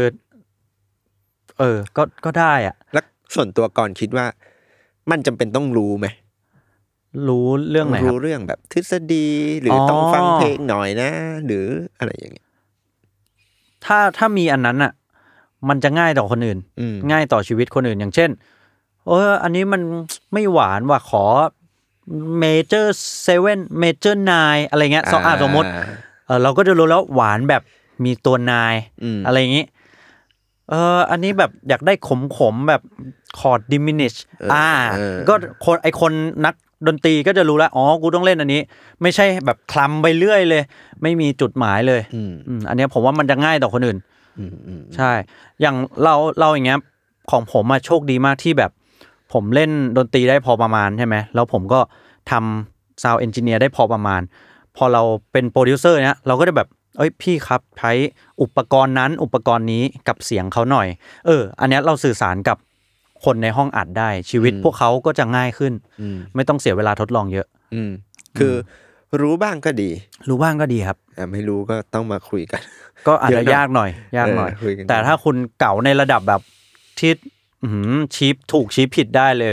Speaker 3: เออ ก็ก็ได้อะ
Speaker 2: แล้วส่วนตัวก่อนคิดว่า มันจำเป็นต้องรู้ไหม
Speaker 3: รู้เรื่องไหนครับ
Speaker 2: รู้เรื่องแบบทฤษฎีหรืออ
Speaker 3: อ
Speaker 2: ต้องฟังเพลงหน่อยนะ หรืออะไรอย่างเงี้ย
Speaker 3: ถ้าถ้ามีอันนั้นอ่ะ มันจะง่ายต่อคนอื่น
Speaker 2: อืม
Speaker 3: ง่ายต่อชีวิตคนอื่นอย่างเช่น เออ อันนี้มัน ไม่หวานว่ะขอเมเจอร์เซเว่นเมเจอร์นอะไรเงี้ยสองอ่ะสมมติ
Speaker 2: อ่า
Speaker 3: เออเราก็จะรู้แล้วหวานแบบมีตัวนาย
Speaker 2: อืม
Speaker 3: อะไรอย่างงี้ เออ อันนี้แบบอยากได้ขมขมๆแบบคอร์ดดิมินิชอ่า
Speaker 2: เออ
Speaker 3: ก็คนไอคนนักดนตรีก็จะรู้แล้วอ๋อกูต้องเล่นอันนี้ ไม่ใช่แบบคลำไปเรื่อยเลย ไม่มีจุดหมายเลย
Speaker 2: อืม
Speaker 3: อืมอันเนี้ยผมว่ามันจะง่ายต่อคนอื่น
Speaker 2: อืมอืม
Speaker 3: ใช่ อย่างเราเราอย่างเงี้ยของผมอะโชคดีมากที่แบบ ผมเล่นดนตรีได้พอประมาณใช่ไหมแล้วผมก็ทำซาวเอนจิเนียร์ได้พอประมาณ พอเราเป็นโปรดิวเซอร์เนี้ยเราก็จะแบบเอ้ยพี่ครับใช้อุปกรณ์นั้นอุปกรณ์นี้กับเสียงเขาหน่อย เออ อันเนี้ยเราสื่อสารกับคนในห้องอัดได้ชีวิตพวกเขาก็จะง่ายขึ้น
Speaker 2: อืม
Speaker 3: ไม่ต้องเสียเวลาทดลองเยอะ
Speaker 2: อืมคืออรู้บ้างก็ดี
Speaker 3: รู้บ้างก็ดีครับ
Speaker 2: อ่ะไม่รู้ก็ต้องมาคุยกัน
Speaker 3: ก็อาจจะ
Speaker 2: เยอะหน่อย
Speaker 3: ยากหน่อย ยากหน่อย
Speaker 2: เออคุยกัน
Speaker 3: แต่ถ้าคุณเก่าในระดับแบบที่อื้อหือชี้ถูกชี้ผิดได้เลย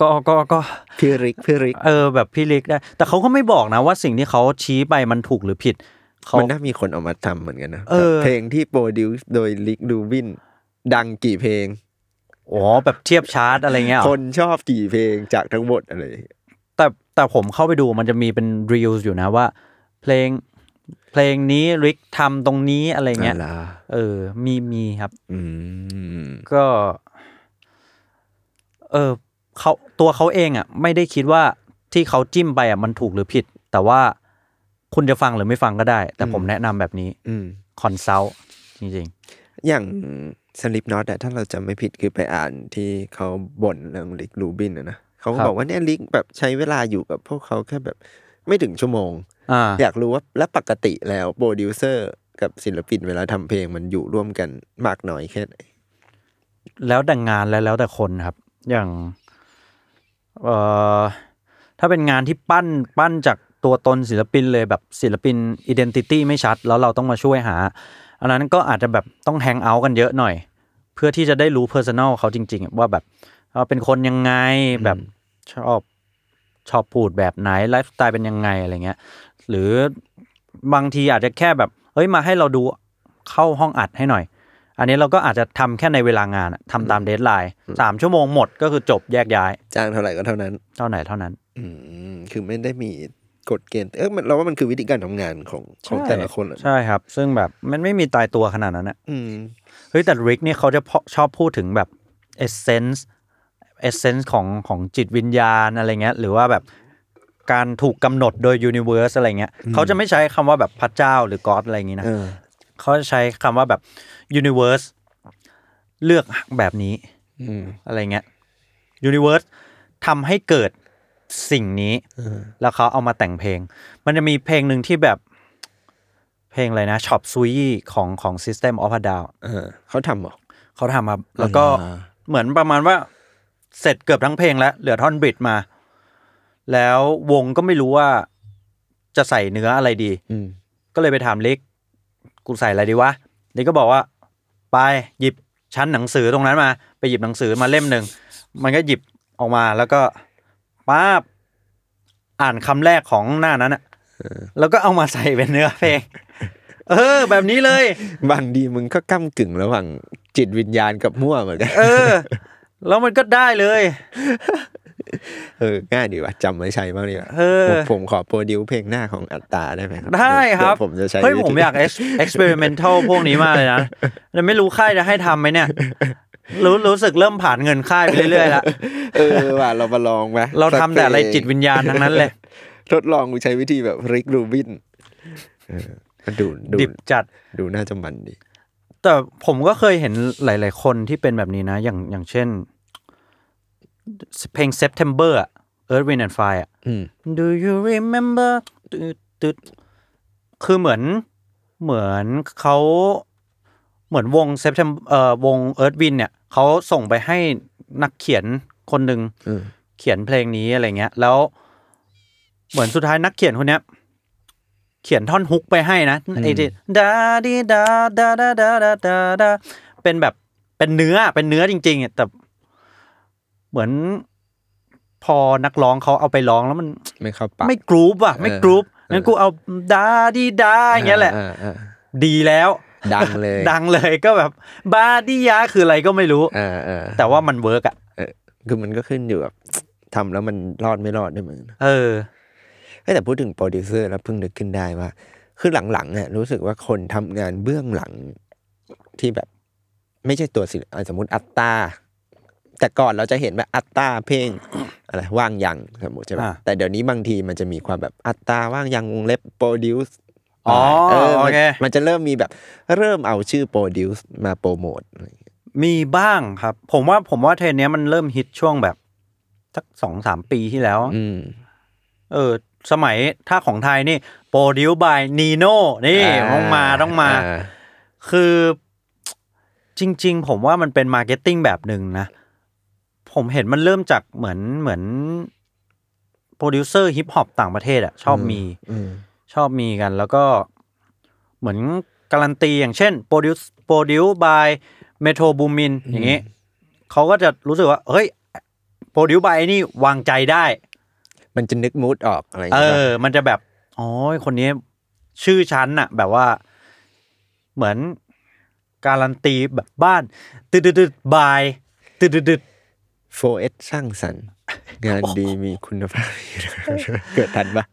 Speaker 3: ก็ก็ก็
Speaker 2: พี่ริกพี่ริก
Speaker 3: เออ แบบพี่เล็กได้ แต่เขาก็ไม่บอกนะว่าสิ่งที่เขาชี้ไปมันถูกหรือผิดเขา
Speaker 2: มันน่ามีคนเออกมาทำเหมือนกันนะ
Speaker 3: เออ
Speaker 2: แบบเพลงที่โปรดิวซ์โดยลิกดูวิน ดังกี่เพลง
Speaker 3: อ๋อแบบเทียบชาร์ตอะไรเงี้ยเหร
Speaker 2: ค
Speaker 3: อน
Speaker 2: ชอบกี่เพลงจากทั้งหมดอะไรอย่างเงี้ย
Speaker 3: แต่แต่ผมเข้าไปดูมันจะมีเป็นรีวิวอยู่นะว่า เพลงเพลงนี้ริกทำตรงนี้อะไรเงี้ย
Speaker 2: อ่าล่ะ
Speaker 3: เออ มีมีครับ
Speaker 2: อืม
Speaker 3: ก็ เออเขาตัวเขาเองอ่ะ ไม่ได้คิดว่าที่เขาจิ้มไปอ่ะมันถูกหรือผิด แต่ว่าคุณจะฟังหรือไม่ฟังก็ได้ แต่ผมแนะนำแบบนี้
Speaker 2: อืม
Speaker 3: คอนซัลท์จริง
Speaker 2: อย่างสลิปน็อตอะถ้าเราจะไม่ผิดคือไปอ่านที่เขาบ่นเรื่องลิกรูบินอะนะเขาก็
Speaker 3: ครับ
Speaker 2: บอกว่าเนี่ยลิกแบบใช้เวลาอยู่กับพวกเขาแค่แบบไม่ถึงชั่วโมง
Speaker 3: ๆ อ่า
Speaker 2: อยากรู้ว่าและปกติแล้วโปรดิวเซอร์กับศิลปินเวลาทำเพลงมันอยู่ร่วมกันมากน้อยแค่ไหน
Speaker 3: แล้วแต่งานและแล้วแต่คนครับ อย่าง เอ่อ ถ้าเป็นงานที่ปั้นปั้นจากตัวตนศิลปินเลยแบบศิลปินอิเดนติตี้ไม่ชัด แล้วเราต้องมาช่วยหา อันนั้นก็อาจจะแบบต้องแฮงเอาท์กันเยอะหน่อย เพื่อที่จะได้รู้เพอร์ซันอลเขาจริง ๆ ว่าแบบเขาเป็นคนยังไงแบบชอบชอบพูดแบบไหนไลฟ์สไตล์เป็นยังไงอะไรเงี้ย หรือบางทีอาจจะแค่แบบเฮ้ยมาให้เราดูเข้าห้องอัดให้หน่อย อันนี้เราก็อาจจะทำแค่ในเวลางานอะทำตามเดทไลน์สามชั่วโมงหมดก็คือจบแยกย้าย
Speaker 2: จ้างเท่าไหร่ก็เท่านั้น
Speaker 3: เท่าไหนเท่านั้น
Speaker 2: อืมคือไม่ได้มีกฎเกณฑ์เออมันเราว่ามันคือวิธีการทำงานของของแต่ละคนอะ
Speaker 3: ใช่ครับ ซึ่งแบบมันไม่มีตายตัวขนาดนั้นอะ
Speaker 2: อืม
Speaker 3: เฮ้ยแต่ริกเนี่ยเขาจะพอชอบพูดถึงแบบเอเซนส์เอเซนส์ของของจิตวิญญาณอะไรเงี้ย หรือว่าแบบการถูกกำหนดโดยยูนิเวอร์สอะไรเงี้ยเขาจะไม่ใช้คำว่าแบบพระเจ้าหรือก็อดอะไรอย่างงี้นะ
Speaker 2: เออ
Speaker 3: เขาจะใช้คำว่าแบบยูนิเวอร์สเลือกแบบนี้
Speaker 2: อืม
Speaker 3: อะไรเงี้ยยูนิเวิร์สทำให้เกิดสิ่งนี้ แล้วเขาเอามาแต่งเพลง มันจะมีเพลงหนึ่งที่แบบเพลงอะไรนะช็อปซุยของของ System of a Down
Speaker 2: เออเขาทำเหรอ
Speaker 3: เขาทำมาแล้วก็
Speaker 2: อ๋อเหรอ
Speaker 3: เหมือนประมาณว่า เสร็จเกือบทั้งเพลงแล้ว เหลือท่อนบริดจ์มา แล้ววงก็ไม่รู้ว่าจะใส่เนื้ออะไรดี
Speaker 2: อืม
Speaker 3: ก็เลยไปถามเล็ก กูใส่อะไรดีวะ เล็กก็บอกว่า ไปหยิบชั้นหนังสือตรงนั้นมา ไปหยิบหนังสือมาเล่มหนึ่ง มันก็หยิบออกมาแล้วก็ป้าบอ่านคำแรกของหน้านั้นอะแล้วก็เอามาใส่เป็นเนื้อเพลง เออ แบบนี้เลย
Speaker 2: บางดีมึงก็ก้ากึ่งระหว่างจิตวิญญาณกับมั่วเหมือนกัน
Speaker 3: เออ แล้วมันก็ได้เลย
Speaker 2: เออ ง่ายดีว่ะจำไว้ใช้บ้างดีกว่า
Speaker 3: เออ
Speaker 2: ผมผมขอโปรดิวเพลงหน้าของอัตตาได้ไหมครั
Speaker 3: ได้ครับ
Speaker 2: เดี๋ยวผมจะใช้
Speaker 3: เฮ้ย
Speaker 2: วิธี
Speaker 3: ผมอยาก เอ็กซ์เพร์เมนทัลพวกนี้มากเลยนะแต่ไม่รู้ค่ายจะให้ทำไหมเนี่ย รู้รู้สึกเริ่มผ่านเงินค่ายไปเรื่อยๆละ
Speaker 2: เออว่ะเรามาลองไหม
Speaker 3: เราทำแต่อะไร
Speaker 2: สักเพลง
Speaker 3: จิตวิญญาณทั้งนั้นเลย
Speaker 2: ทดลองใช้วิธีแบบริกรูบินเออมันดูดู
Speaker 3: ดิบจัด
Speaker 2: ดูน่าจะมันดี
Speaker 3: แต่ผมก็เคยเห็นหลาย ๆ คนที่เป็นแบบนี้นะ อย่างอย่างเช่น เพลง September อะ Earth Wind and Fire อะ
Speaker 2: อืม
Speaker 3: Do you remember ตึ๊ดตึ๊ดคือเหมือนเหมือนเขาเหมือนวง September เอ่อวง Earth Wind เนี่ยเขาส่งไปให้นักเขียนคนหนึ่ง
Speaker 2: เออ
Speaker 3: เขียนเพลงนี้อะไรเงี้ย แล้ว เหมือนสุดท้ายนักเขียนคนเนี้ย เขียนท่อนฮุกไปให้นะไอ้ที่ดาดีดาดาดาดาดาดาดาเป็นแบบเป็นเนื้อเป็นเนื้อจริงๆอ่ะแต่เหมือนพอนักร้องเขาเอาไปร้องแล้วมัน
Speaker 2: ไม่เข้าปาก
Speaker 3: ไม่กรูปอ่ะ ไม่กรูปงั้นกูเอาดาดีดาอย่างเงี้ยแหละ
Speaker 2: อ่า
Speaker 3: ดีแล้ว
Speaker 2: ๆดังเลย
Speaker 3: ดังเลยก็แบบบาดียาคืออะไรก็ไม่รู้
Speaker 2: อ่า
Speaker 3: แต่ว่ามันเวิร์กอ่ะ
Speaker 2: ๆคือมันก็ขึ้นอยู่กับทำแล้วมันรอดไม่รอดด้วยมึง
Speaker 3: เออ
Speaker 2: เฮ้ยแต่พูดถึงโปรดิวเซอร์แล้วเพิ่งนึกขึ้นได้ว่า คือหลังๆเนี่ยรู้สึกว่าคนทำงานเบื้องหลังที่แบบ ไม่ใช่ตัวศิลป์อ่ะสมมติอัตตา แต่ก่อนเราจะเห็นแบบอัตตาเพลง อะไรว่างยังสมมติใช่ไหม
Speaker 3: อ่า
Speaker 2: แต่เดี๋ยวนี้บางทีมันจะมีความแบบอัตตาว่างยังวงเล็บโปรดิวส์
Speaker 3: อ๋อโอเค
Speaker 2: มันจะเริ่มมีแบบ เริ่มเอาชื่อโปรดิวส์มาโปรโมทอะไรอย่างเงี้ย
Speaker 3: มีบ้างครับ ผมว่าผมว่าเทรนด์เนี้ยมันเริ่มฮิตช่วงแบบสักสองสามปีที่แล้ว
Speaker 2: อืม
Speaker 3: เออ สมัยถ้าของไทยนี่โปรดิวบายนีโน่นี่
Speaker 2: อ่
Speaker 3: ต้องมาต้องมา
Speaker 2: อ่
Speaker 3: คือจริง ๆ ผมว่ามันเป็นมาร์เก็ตติ้งแบบหนึ่งนะ ผมเห็นมันเริ่มจากเหมือนเหมือนโปรดิวเซอร์ฮิปฮอปต่างประเทศอะชอบมี
Speaker 2: อืม
Speaker 3: ชอบมีกัน แล้วก็เหมือนการันตีอย่างเช่นโปรดิวโปรดิวบายเมโทรบูมินอย่างนี้เขาก็จะรู้สึกว่า เฮ้ยโปรดิวบายนี่วางใจได้
Speaker 2: มันจะนึกมูดออกอะไรอย่าง
Speaker 3: เอ
Speaker 2: เงี้ย
Speaker 3: อ มันจะแบบ โอ้ย คนนี้ชื่อชั้นน่ะ แบบว่า เหมือนการันตีแบบบ้านตึดดดๆๆบายตึดดดๆ
Speaker 2: โฟเอสสร้างสรรค์งานดีมี [LAUGHS] คุณภาพ เกิดทันปะ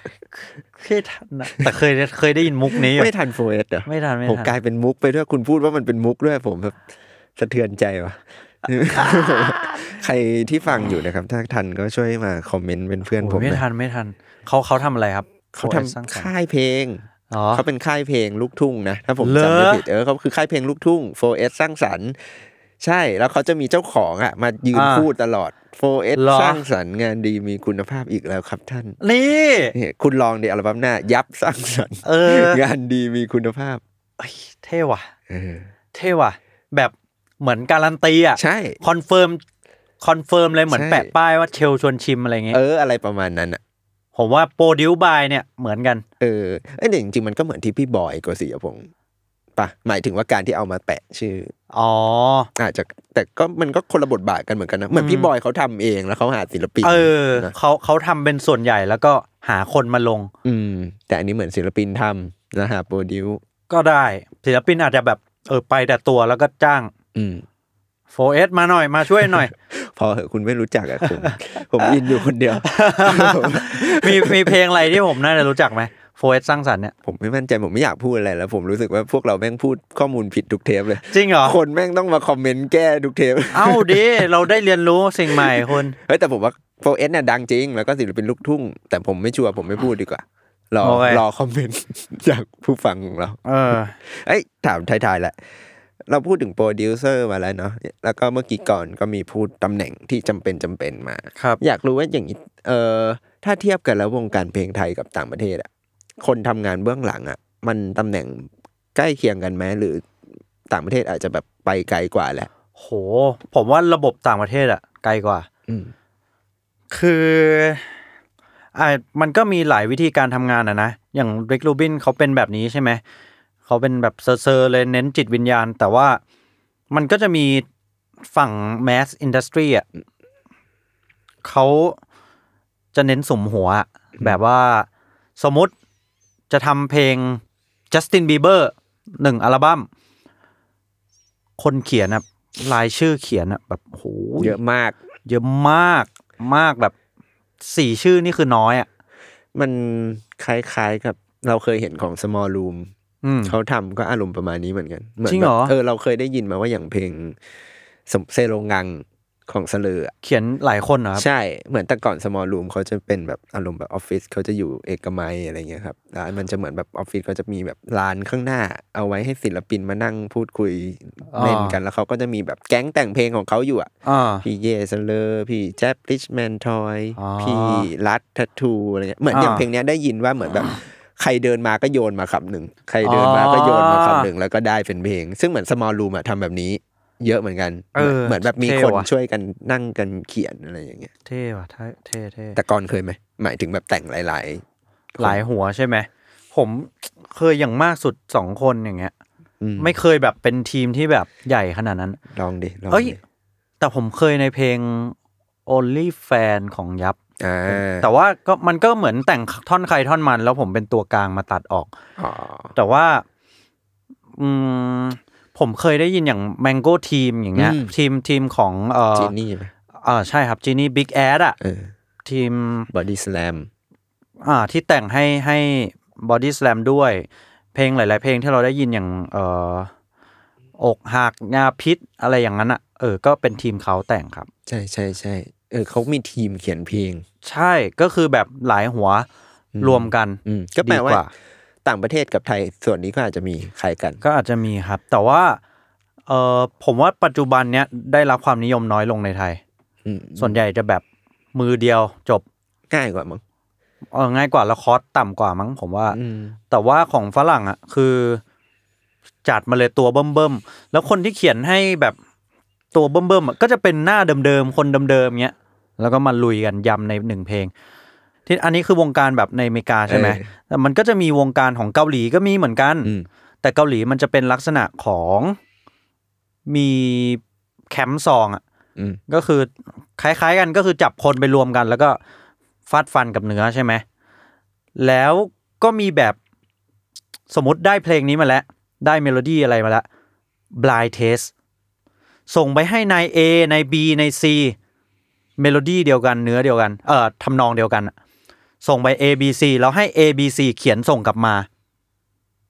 Speaker 3: ๆเคยทันนะแต่เคยเคยได้ยินมุกนี้อยู่
Speaker 2: ไม่ทันโฟเอสเหรอ
Speaker 3: ไม่ทันไม่
Speaker 2: ผมก
Speaker 3: ทัน
Speaker 2: ลายเป็นมุกไปด้วยคุณพูดว่ามันเป็นมุกด้วยผมแบบสะเทือนใจวะ [LAUGHS] ใครที่ฟังอยู่นะครับ ถ้าทันก็ช่วยมาคอมเมนต์เป็นเพื่อนผ
Speaker 3: โอ้
Speaker 2: ม
Speaker 3: ยไม่
Speaker 2: นะ
Speaker 3: ทันไม่ทัน เขาเขาทำอะไรครับ
Speaker 2: เขา
Speaker 3: โอ้ยสร้าง
Speaker 2: ทำ
Speaker 3: สรรค์
Speaker 2: ค่ายเพลง
Speaker 3: อ๋อ
Speaker 2: เขาเป็นค่ายเพลงลูกทุ่งนะ ถ้าผม
Speaker 3: เหรอ
Speaker 2: จำไม่ผิดเออเขาคือค่ายเพลงลูกทุ่ง 4S สร้างสรรค์ ใช่แล้วเขาจะมีเจ้าของอ่ะ มายืน
Speaker 3: อ่า
Speaker 2: พูดตลอด 4S
Speaker 3: เหรอ
Speaker 2: สร้างสรรค์งานดีมีคุณภาพอีกแล้วครับท่าน
Speaker 3: นี่
Speaker 2: นี่คุณลองเดี๋ยวอัลบั้มหน้า ยับสร้างสรรค์
Speaker 3: เออ
Speaker 2: งานดีมีคุณภาพ
Speaker 3: เอ้ยเท่ว่ะ
Speaker 2: เออ
Speaker 3: เท่ว่ะ แบบเหมือนการันตีอ่ะ
Speaker 2: ใช่
Speaker 3: คอนเฟิร์มคอนเฟิร์มเลยเหมือน
Speaker 2: ใช่
Speaker 3: แปะป้ายว่าเชลชวนชิมอะไรเงี้ย
Speaker 2: เอออะไรประมาณนั้นอ่ะ
Speaker 3: ผมว่าโปรดิวบายเนี่ยเหมือนกัน
Speaker 2: เออไอ้ยแต่จริงๆมันก็เหมือนที่พี่บอยโกศิยพงศ์ปะหมายถึงว่าการที่เอามาแปะชื่อ
Speaker 3: อ๋อ
Speaker 2: อาจจะแต่ก็มันก็คนละบทบาทกันเหมือนกันนะเหมือนพี่บอยเขาทำเองแล้วเขาหาศิลปิน
Speaker 3: เออ
Speaker 2: นะ
Speaker 3: เขาเขาทำเป็นส่วนใหญ่แล้วก็หาคนมาลง
Speaker 2: อืม แต่อันนี้เหมือนศิลปินทำนะฮะโปรดิว
Speaker 3: ก็ได้ ศิลปินอาจจะแบบ เออไปแต่ตัวแล้วก็จ้าง
Speaker 2: อืม
Speaker 3: โฟเอสมาหน่อยมาช่วยหน่อย
Speaker 2: พอเหอะคุณไม่รู้จักอะผม [LAUGHS] ผมอินอยู่คนเดียว
Speaker 3: มีมีเพลงอะไรที่ผมน่าจะรู้จักไหมโฟเอสสร้างสรรค์เนี่ย
Speaker 2: ผมไม่มั่นใจผมไม่อยากพูดอะไรแล้ว ผมรู้สึกว่าพวกเราแม่งพูดข้อมูลผิดทุกเทปเลย
Speaker 3: จริงเหรอ
Speaker 2: คนแม่งต้องมาคอมเมนต์แก้ทุกเทป [LAUGHS]
Speaker 3: เอ้าดิ เราได้เรียนรู้สิ่งใหม่คุณ
Speaker 2: เฮ้ยแต่ผมว่าโฟเอสเนี่ยดังจริง แล้วก็ศิลปินลูกทุ่ง แต่ผมไม่ชัวร์ผมไม่พูดดีกว่า รอรอคอมเมนต์ [LAUGHS] จากผู้ฟังของเรา
Speaker 3: เออ
Speaker 2: เอ้ยถามท้ายๆแหละ เราพูดถึงโปรดิวเซอร์มาแล้วเนาะแล้วก็เมื่อกี้ก่อนก็มีพูดตำแหน่งที่จำเป็นจำเป็นมา
Speaker 3: ครับ
Speaker 2: อยากรู้ว่าอย่างนี้เออถ้าเทียบกันแล้ววงการเพลงไทยกับต่างประเทศอะคนทำงานเบื้องหลังอะมันตำแหน่งใกล้เคียงกันไหมหรือต่างประเทศอาจจะแบบไปไกลกว่าแหละ
Speaker 3: โห ผมว่าระบบต่างประเทศอะไกลกว่า
Speaker 2: อืม
Speaker 3: คืออ่ามันก็มีหลายวิธีการทำงานอะนะ อย่างริกลูบินเขาเป็นแบบนี้ใช่ไหม เขาเป็นแบบเซอร์ๆเลยเน้นจิตวิญญาณ แต่ว่ามันก็จะมีฝั่งแมสอินดัสทรีอ่ะเขาจะเน้นสมหัวอะแบบว่าสมมติจะทำเพลงจัสตินบีเบอร์หนึ่งอัลบั้มคนเขียนอะรายชื่อเขียนอะแบบโห
Speaker 2: เยอะมาก
Speaker 3: เยอะมากมากแบบสี่ชื่อนี่คือน้อยอ่ะ
Speaker 2: มันคล้ายๆกับเราเคยเห็นของ small room
Speaker 3: อืม
Speaker 2: เขาทำก็อารมณ์ประมาณนี้เหมือนกันมืน
Speaker 3: จริงเหรอ
Speaker 2: แบบเออเราเคยได้ยินมาว่าอย่างเพลงสมเซโรงงังของสลืออะ
Speaker 3: เขียนหลายคนเหรอครับ
Speaker 2: ใช่เหมือนแต่ก่อน small room เขาจะเป็นแบบอารมณ์แบบออฟฟิศเขาจะอยู่เอกมัยอะไรเงี้ยครับร้านมันจะเหมือนแบบออฟฟิศเขาจะมีแบบร้านข้างหน้า เอาไว้ให้ศิลปินมานั่งพูดคุย
Speaker 3: อ๋อ
Speaker 2: เล่นกันแล้วเขาก็จะมีแบบแก๊งแต่งเพลงของเขาอยู่อ่ะ
Speaker 3: อ่า
Speaker 2: พี่เยสเลอร์พี่แจ็บริชแมนทอย
Speaker 3: อ๋อ
Speaker 2: พี่รัดทัตทูอะไรเงี้ยเหมือน
Speaker 3: อ่า
Speaker 2: อย่างเพลงเนี้ยได้ยินว่าเห
Speaker 3: [COUGHS]
Speaker 2: มือนแบบ ใครเดินมาก็โยนมาคำหนึ่งใครเดินมาก็โยนมาคำหนึ่งแล้วก็ได้เป็นเพลง ซึ่งเหมือนสมอลรูมอะทำแบบนี้ เยอะเหมือนกัน
Speaker 3: เออ
Speaker 2: เหมือนแบบมี
Speaker 3: เท่
Speaker 2: คน
Speaker 3: ว่ะ
Speaker 2: ช่วยกันนั่งกันเขียนอะไรอย่างเงี้ย
Speaker 3: เท่ว่ะเท่เท่เท่
Speaker 2: แต่ก่อนเคยไหมหมายถึงแบบแต่งหลาย
Speaker 3: หลายหัวใช่ไหม ผมเคยอย่างมากสุดสองคนอย่างเงี้ย
Speaker 2: อืม
Speaker 3: ไม่เคยแบบเป็นทีมที่แบบใหญ่ขนาดนั้น
Speaker 2: ๆลองดิลอง
Speaker 3: เอ้ย
Speaker 2: ดิ
Speaker 3: แต่ผมเคยในเพลง only fan ของยับ
Speaker 2: อ่า
Speaker 3: แต่ว่าก็มันก็เหมือนแต่งท่อนใครท่อนมัน แล้วผมเป็นตัวกลางมาตัดออก
Speaker 2: อ๋อ
Speaker 3: แต่ว่า อืม ผมเคยได้ยินอย่าง Mango Team อย่างเงี้ย ทีมทีมของเอ่อ
Speaker 2: จีนี่ไหม
Speaker 3: อ่าใช่ครับจีนี่บิ๊กแอดอะ
Speaker 2: เออ
Speaker 3: ทีม
Speaker 2: บอดี้สแลม
Speaker 3: อ่า ที่แต่งให้ให้ Body Slam ด้วย เพลงหลาย ๆ เพลงที่เราได้ยินอย่าง เอ่อ อกหักยาพิษอะไรอย่างนั้นอะเออ ก็เป็นทีมเขาแต่งครับ
Speaker 2: ใช่ใช่ใช่เออเขามีทีมเขียนเพลง
Speaker 3: ใช่ก็คือแบบหลายหัวรวมกัน
Speaker 2: อืมก็แปล
Speaker 3: ดี
Speaker 2: ว่า
Speaker 3: ว่า
Speaker 2: ต่างประเทศกับไทยส่วนนี้ก็อาจจะมีคล้ายกัน
Speaker 3: ก็อาจจะมีครับ แต่ว่าเออผมว่าปัจจุบันเนี้ยได้รับความนิยมน้อยลงในไทย
Speaker 2: อืม
Speaker 3: ส่วนใหญ่จะแบบมือเดียวจบ
Speaker 2: ง่ายกว่ามั้ง
Speaker 3: เออง่ายกว่าแล้วคอสต่ำกว่ามั้งผมว่า แต่ว่าของฝรั่งอ่ะคือ จัดมาเลยตัวเบิ่มเบิ่มๆแล้วคนที่เขียนให้แบบตัวเบิ่มเบิ่มๆอะก็จะเป็นหน้าเดิมๆคนเดิมๆเงี้ยแล้วก็มาลุยกันยำในหนึ่งเพลง ที่อันนี้คือวงการแบบในอเมริกาใช่ไหมแต่มันก็จะมีวงการของเกาหลีก็มีเหมือนกัน
Speaker 2: อืม
Speaker 3: แต่เกาหลีมันจะเป็นลักษณะของมีแคมป์ซองอ่ะ
Speaker 2: อืม
Speaker 3: ก็คือคล้ายๆกันก็คือจับคนไปรวมกัน แล้วก็ฟาดฟันกับเนื้อใช่ไหม แล้วก็มีแบบสมมติได้เพลงนี้มาแล้ว ได้เมโลดี้อะไรมาแล้ว blind test ส่งไปให้นาย A นาย B นาย C เมโลดี้เดียวกันเนื้อเดียวกัน เอ่อทำนองเดียวกันอะส่งไป A B C แล้วให้ A B C เขียนส่งกลับมา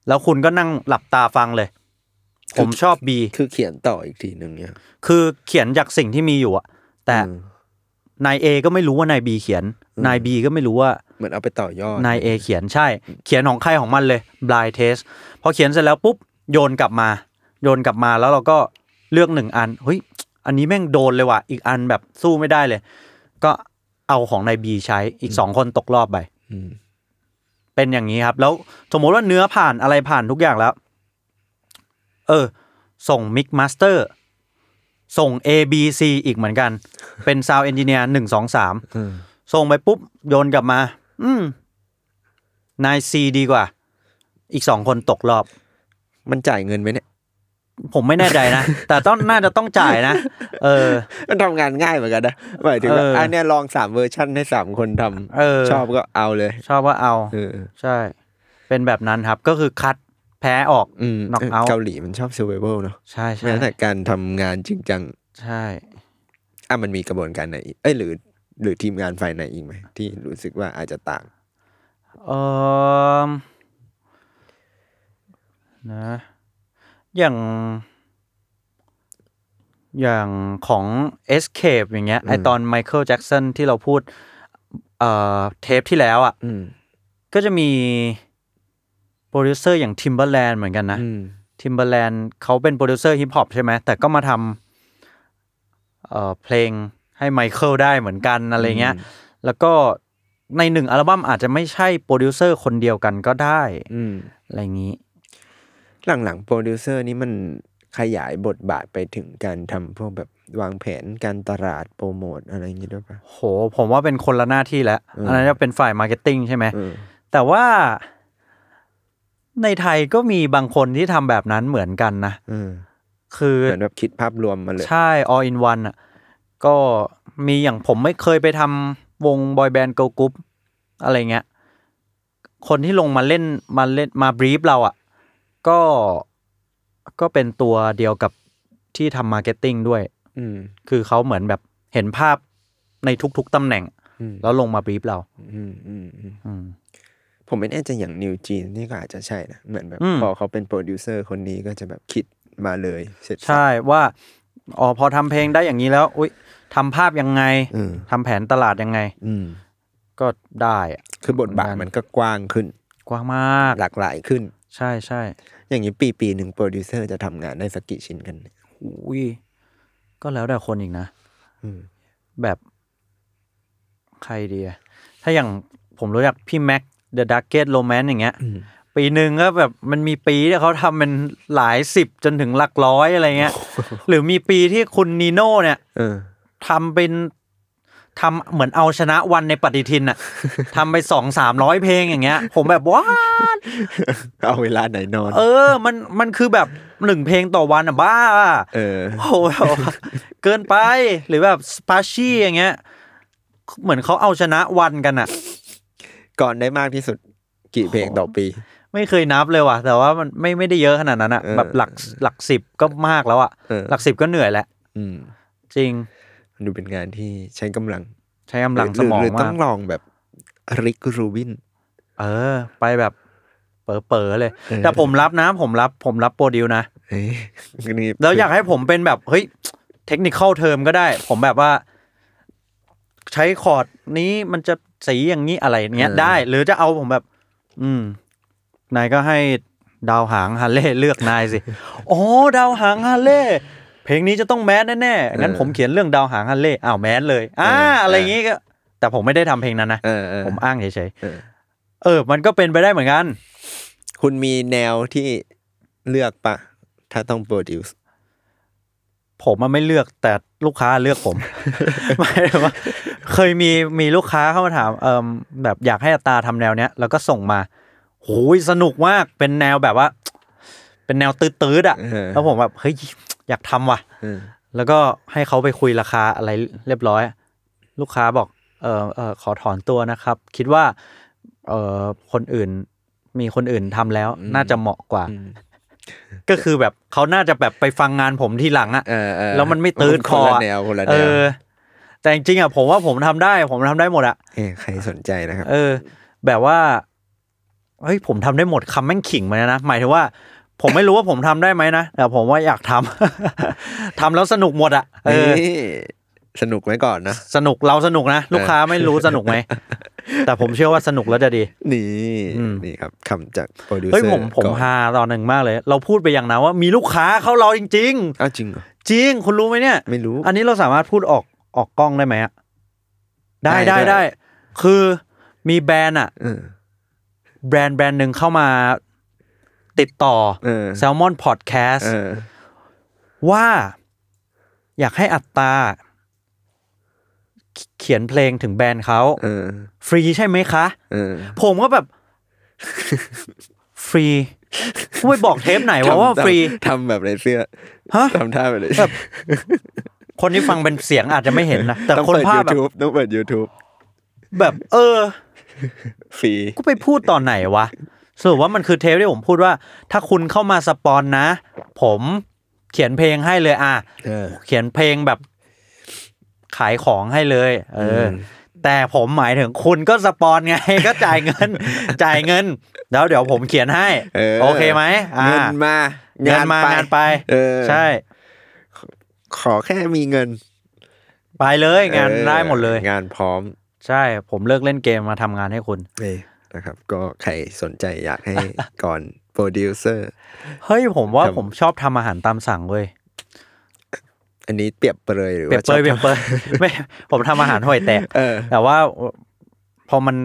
Speaker 3: แล้วคุณก็นั่งหลับตาฟังเลย ผมชอบ B
Speaker 2: คือเขียนต่ออีกทีหนึ่งเนี่ย
Speaker 3: คือเขียนจากสิ่งที่มีอยู่อะแต่
Speaker 2: อืม
Speaker 3: นายเอก็ไม่รู้ว่านายบีเขียน นายบีก็ไม่รู้ว่า
Speaker 2: เหมือนเอาไปต่อยอด
Speaker 3: นายเอเขียนใช่ เขียนของใครของมันเลย blind test พอเขียนเสร็จแล้วปุ๊บ โยนกลับมา โยนกลับมาแล้วเราก็เลือกหนึ่งอันเฮ้ยอันนี้แม่งโดนเลยว่ะ อีกอันแบบสู้ไม่ได้เลย ก็เอาของนายบีใช้อีกสองคนตกรอบไป
Speaker 2: อืม
Speaker 3: เป็นอย่างนี้ครับ แล้วสมมติว่าเนื้อผ่านอะไรผ่านทุกอย่างแล้ว เออ ส่งมิกมาสเตอร์ส่ง A B C อีกเหมือนกัน เป็นซาวเอนจิเนียร์หนึ่งสองสามส่งไปปุ๊บ โยนกลับมา อืมนาย C ดีกว่า อีกสองคนตกรอบ
Speaker 2: มันจ่ายเงินไหมเนี่ย
Speaker 3: ผมไม่แน่ใจนะ [LAUGHS] แต่ต้องน่าจะต้องจ่ายนะ เออ
Speaker 2: มันทำงานง่ายเหมือนกันนะหมายถึงแบบ
Speaker 3: เอออั
Speaker 2: อันเนี้ยลองสามเวอร์ชั่นให้สามคนท
Speaker 3: เออ
Speaker 2: ำชอบก็เอาเลย
Speaker 3: ชอบว่าเอา
Speaker 2: เออ
Speaker 3: ใช่ เป็นแบบนั้นครับ ก็คือคัดแพ้ออก
Speaker 2: อืม
Speaker 3: knock out
Speaker 2: เกาหลีมันชอบ survival เนาะ
Speaker 3: ใช่ใช่
Speaker 2: แม้แต่การทำงานจริงจัง
Speaker 3: ใช่
Speaker 2: อ่ะมันมีกระบวนการไหนอีกเอ้ยหรือ หรือทีมงานฝ่ายไหนอีกไหมที่รู้สึกว่าอาจจะต่าง
Speaker 3: เอมนะ อย่าง อย่างของ Escape อย่างเงี้ย ไอตอนไมเคิลแจ็กสันที่เราพูด เอ่อ เทปที่แล้วอ่ะ
Speaker 2: อืม
Speaker 3: ก็จะมีโปรดิวเซอร์อย่าง Timberland เหมือนกันนะ
Speaker 2: อืม
Speaker 3: Timberland เขาเป็นโปรดิวเซอร์ฮิปฮอปใช่ไหม แต่ก็มาทำเอ่อเพลงให้ไมเคิลได้เหมือนกันอะไรเงี้ย แล้วก็ในหนึ่งอัลบั้มอาจจะไม่ใช่โปรดิวเซอร์คนเดียวกันก็ได้
Speaker 2: อืม
Speaker 3: อะไรอย่างนี้
Speaker 2: หลังๆโปรดิวเซอร์นี่มัน ขยายบทบาทไปถึงการทำพวกแบบวางแผนการตลาดโปรโมทอะไรอย่างงี้ด้วยปะ
Speaker 3: โห ผมว่าเป็นคนละหน้าที่แล้ว
Speaker 2: อืม
Speaker 3: อันนั้นจะเป็นฝ่ายมาร์เก็ตติ้งใช่ไหม
Speaker 2: เออ
Speaker 3: แต่ว่าในไทยก็มีบางคนที่ทำแบบนั้นเหมือนกันนะ
Speaker 2: เออ
Speaker 3: คือ
Speaker 2: เหมือนแบบคิดภาพรวมมาเลย
Speaker 3: ใช่ all in one อ่ะ ก็มีอย่างผมไม่เคยไปทำวงบอยแบนด์เกิร์ลกรุ๊ปอะไรเงี้ย คนที่ลงมาเล่นมาเล่นมาบรีฟเราอ่ะ ก็ก็เป็นตัวเดียวกับที่ทำมาร์เก็ตติ้งด้วย
Speaker 2: อืม
Speaker 3: คือเขาเหมือนแบบเห็นภาพในทุกๆตำแหน่ง
Speaker 2: อืม
Speaker 3: แล้วลงมาบรีฟเรา
Speaker 2: อืมอืมอืม
Speaker 3: อืม
Speaker 2: ผมไม่แน่ใจอย่างนิวจีนนี่ก็อาจจะใช่นะเหมือนแบบ
Speaker 3: อืม
Speaker 2: พอเขาเป็นโปรดิวเซอร์คนนี้ก็จะแบบคิดมาเลยเสร็จ
Speaker 3: ใช่ว่าอ๋อพอทำเพลงได้อย่างนี้แล้ว อุ้ยทำภาพยังไง
Speaker 2: เออ
Speaker 3: ทำแผนตลาดยังไง
Speaker 2: อืม
Speaker 3: ก็ได้อะ
Speaker 2: คือบทบาท
Speaker 3: เหมือนกัน
Speaker 2: มันก็กว้างขึ้น
Speaker 3: กว้างมาก
Speaker 2: หลากหลายขึ้น
Speaker 3: ใช่ใช่
Speaker 2: อย่างนี้ปีปีหนึ่งโปรดิวเซอร์จะทำงานได้สักกี่ชิ้นกันเนี่ย
Speaker 3: อุ้ยก็แล้วแต่คนอีกนะ
Speaker 2: อืม
Speaker 3: แบบใครดีอะถ้าอย่างผมรู้จักพี่แม็กเดอะดักเก็ตโรแมนอย่างเงี้ย
Speaker 2: อืม
Speaker 3: ปีหนึ่งก็แบบมันมีปีที่เขาทำเป็นหลายสิบจนถึงหลักร้อยอะไรเงี้ย หรือมีปีที่คุณนีโน่เนี่ย
Speaker 2: เออ
Speaker 3: ทำเป็นทำเหมือนเอาชนะวันในปฏิทินอะ ทำไปสองสามร้อยเพลงอย่างเงี้ย ผมแบบว้า
Speaker 2: เอาเวลาไหนนอน
Speaker 3: เออ มันมันคือแบบหนึ่งเพลงต่อวันอะบ้าอะ
Speaker 2: เออ
Speaker 3: โอ้โหแบบว่าเกินไปหรือแบบสปาชี่อย่างเงี้ย เหมือนเขาเอาชนะวันกันอะ
Speaker 2: ก่อนได้มากที่สุดกี่เพลงต่อปี
Speaker 3: ไม่เคยนับเลยว่ะ แต่ว่ามันไม่ไม่ได้เยอะขนาดนั้นอะ
Speaker 2: เออ
Speaker 3: แบบหลักหลักสิบก็มากแล้วอะ
Speaker 2: เออ
Speaker 3: หลักสิบก็เหนื่อยแหละ
Speaker 2: อืม
Speaker 3: จริง
Speaker 2: มันดูเป็นงานที่ใช้กำลัง
Speaker 3: ใช้กำลังสมอง
Speaker 2: หรืหรื
Speaker 3: มา
Speaker 2: ต้
Speaker 3: ก
Speaker 2: องลองแบบริกรูบิน
Speaker 3: เออ ไปแบบเป๋อๆเลย
Speaker 2: เออ
Speaker 3: แต่ผมรับนะ ผมรับผมรับโปรดิวนะ
Speaker 2: เอ้ยนี่
Speaker 3: แล้วอยากให้ผมเป็นแบบเฮ้ยเทคนิคเข้าเทอมก็ได้ ผมแบบว่า ใช้คอร์ดนี้มันจะสีอย่างนี้อะไรเงี้ยได้ หรือจะเอาผมแบบ อืม นายก็ให้ดาวหางฮาเล่ [LAUGHS] เลือกนายสิโอ้ดาวหางฮาเล่เพลงนี้จะต้องแมสแน่ๆงั้นผมเขียนเรื่องดาวหางฮาเล่อ้าวแมสเลยอ่าอะไรอย่างงี้ก็ แต่ผมไม่ได้ทำเพลงนั้นนะ
Speaker 2: เออเออ
Speaker 3: ผมอ้างเฉย
Speaker 2: เออ
Speaker 3: ๆเออ มันก็เป็นไปได้เหมือนกัน
Speaker 2: คุณมีแนวที่เลือกปะ ถ้าต้องโปรดิวส์
Speaker 3: ผมมันไม่เลือกแต่ลูกค้าเลือกผม [LAUGHS] หมายถึงว่าเคยมีมีลูกค้าเข้ามาถามเอมแบบอยากให้อัตราทำแนวเนี้ยแล้วก็ส่งมาโหยสนุกมากเป็นแนวแบบว่า เป็นแนวตืดๆอ่ะแล้วผมแบบเฮ้ยอยากทำว่ะ แล้วก็ให้เขาไปคุยราคาอะไรเรียบร้อย ลูกค้าบอกเออเออขอถอนตัวนะครับ คิดว่าเออคนอื่นมีคนอื่นทำแล้วน่าจะเหมาะกว่า ก็คือแบบเขาน่าจะแบบไปฟังงานผมทีหลังอ่ะ
Speaker 2: เออเออ
Speaker 3: แล้วมันไม่ตืดคอ
Speaker 2: คนละ
Speaker 3: อะ
Speaker 2: แนวคนละ
Speaker 3: เอ
Speaker 2: แนว
Speaker 3: อ แต่จริงๆอ่ะผมว่าผมทำได้ ผมทำได้หมดอ่ะ
Speaker 2: เอ้ยใครสนใจนะครับ
Speaker 3: เออ แบบว่าเฮ้ยผมทำได้หมดคำแม่งขิงมานะหมายถึงว่า ผมไม่รู้ว่าผมทำได้ไหมนะแต่ผมว่าอยากทำ ทำ [LAUGHS] แล้วสนุกหมดอ่ะเออ
Speaker 2: นี่สนุกไว้ก่อนนะ
Speaker 3: สนุกเราสนุกนะ ลูกค้าไม่รู้สนุกไหม แต่ผมเชื่อว่าสนุกแล้วจะดี
Speaker 2: นี่
Speaker 3: อืม
Speaker 2: นี่ครับคำจากโปรดิวเซอร์
Speaker 3: เฮ้ยผมผม
Speaker 2: ก่อน
Speaker 3: ฮาตอนหนึ่งมากเลย เราพูดไปอย่างนะว่ามีลูกค้าเข้าเราจริง
Speaker 2: อ้าวจริงเหรอ
Speaker 3: ๆ จริง คุณรู้ไหมเนี่ย
Speaker 2: ไม่รู้
Speaker 3: อันนี้เราสามารถพูดออกออกกล้องได้ไหมอะได้
Speaker 2: ได้
Speaker 3: ได้
Speaker 2: ได้
Speaker 3: ได้คือมีแบรนด์อะ
Speaker 2: เออ
Speaker 3: แบรนด์แบรนด์หนึ่งเข้ามาติดต่อ
Speaker 2: เออ
Speaker 3: แซลมอนพอดแคส
Speaker 2: เออ
Speaker 3: ต์ว่าอยากให้อัตตาเขียนเพลงถึงแบรนด์เขา
Speaker 2: เออ
Speaker 3: ฟรีใช่ไหมคะ
Speaker 2: เออ
Speaker 3: ผมก็
Speaker 2: [LAUGHS]
Speaker 3: แบบ ฟรีกูไปบอกเทปไหนวะว่า
Speaker 2: ทำ
Speaker 3: ฟรี
Speaker 2: ทำแบบไรเสื้อ [LAUGHS]
Speaker 3: ฮะ
Speaker 2: ทำท่าแบบไร
Speaker 3: แบบ คนที่ฟังเป็นเสียงอาจจะไม่เห็นนะแต่
Speaker 2: ต้อง
Speaker 3: คน
Speaker 2: เปิด
Speaker 3: ภาพแบบ
Speaker 2: YouTube ต้องเปิด YouTube
Speaker 3: แบบ เออ
Speaker 2: ฟรี
Speaker 3: กูไปพูดตอนไหนวะสรุปว่ามันคือเทปที่ผมพูดว่า ถ้าคุณเข้ามาสปอนนะ ผมเขียนเพลงให้เลย อ่ะ
Speaker 2: เออ
Speaker 3: เขียนเพลงแบบขายของให้เลย เอออ
Speaker 2: ม
Speaker 3: แต่ผมหมายถึงคุณก็สปอนไง [LAUGHS] ก็จ่ายเงิน จ่ายเงิน แล้วเดี๋ยวผมเขียนให้ โอเคไหมอ่า
Speaker 2: เงินมา
Speaker 3: เงินมางานไป
Speaker 2: เออ
Speaker 3: ใช่
Speaker 2: ขอแค่มีเงิน
Speaker 3: ไปเลยงาน
Speaker 2: เออ
Speaker 3: ได้หมดเลย
Speaker 2: งานพร้อม
Speaker 3: ใช่ ผมเลิกเล่นเกมมาทำงานให้คุณ
Speaker 2: เอ้ยนะครับ ก็ใครสนใจอ
Speaker 3: [LAUGHS]
Speaker 2: ยากให้ ก่อนโปรดิวเซอร์
Speaker 3: เฮ้ยผมว่า
Speaker 2: ครับ
Speaker 3: ผมชอบทำอาหารตามสั่งเว้ย
Speaker 2: อันนี้เปรียบเปรยหรือ
Speaker 3: เปรีย
Speaker 2: ว่า [LAUGHS]
Speaker 3: บเปรยเปรียบเปรยไม่ ผมทำอาหารห่วยแตก
Speaker 2: เออ
Speaker 3: แต่ว่าพอมัน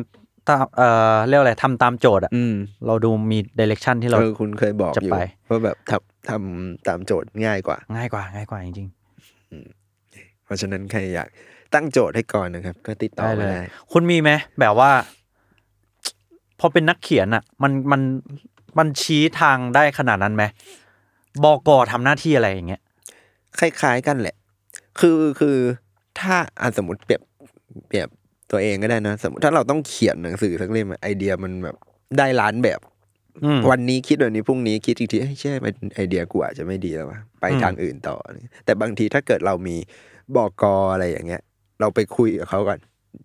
Speaker 3: ตามเอ่อเรียกอะไรทำตามโจทย์อะ
Speaker 2: อืม
Speaker 3: เราดูมีดิเรกชันที่เรา
Speaker 2: เออคุณเคยบอก
Speaker 3: จะ
Speaker 2: อยู่
Speaker 3: ไป
Speaker 2: ว่าแบบทำทำตามโจทย์ง่ายกว่า
Speaker 3: ง่ายกว่าง่ายกว่าจริง
Speaker 2: เพราะฉะนั้นใครอยากตั้งโจทย์ให้ก่อนนะครับ ก็ติด
Speaker 3: ๆ
Speaker 2: ต่อ
Speaker 3: ได้เล
Speaker 2: มาย ได้
Speaker 3: คุณมีไหมแบบว่า พอเป็นนักเขียนอะมันมันมันชี้ทางได้ขนาดนั้นไหมบอกอทำหน้าที่อะไรอย่างเงี้ย
Speaker 2: คล้ายๆกันแหละ คือคือถ้าอะสมมติเปรียบเปรียบตัวเองก็ได้นะ สมมติถ้าเราต้องเขียนหนังสือสักเล่มอะไอเดียมันแบบได้ล้านแบบ
Speaker 3: อืม
Speaker 2: วันนี้คิดวันนี้พรุ่งนี้คิดอีกทีเอ้ยใช่มันไอเดียกูอาจจะไม่ดีแล้ววะไป
Speaker 3: อืม
Speaker 2: ทางอื่นต่ออะไรเงี้ยแต่บางทีถ้าเกิดเรามีบอกกออะไรอย่างเงี้ย เราไปคุยกับเขาก่อน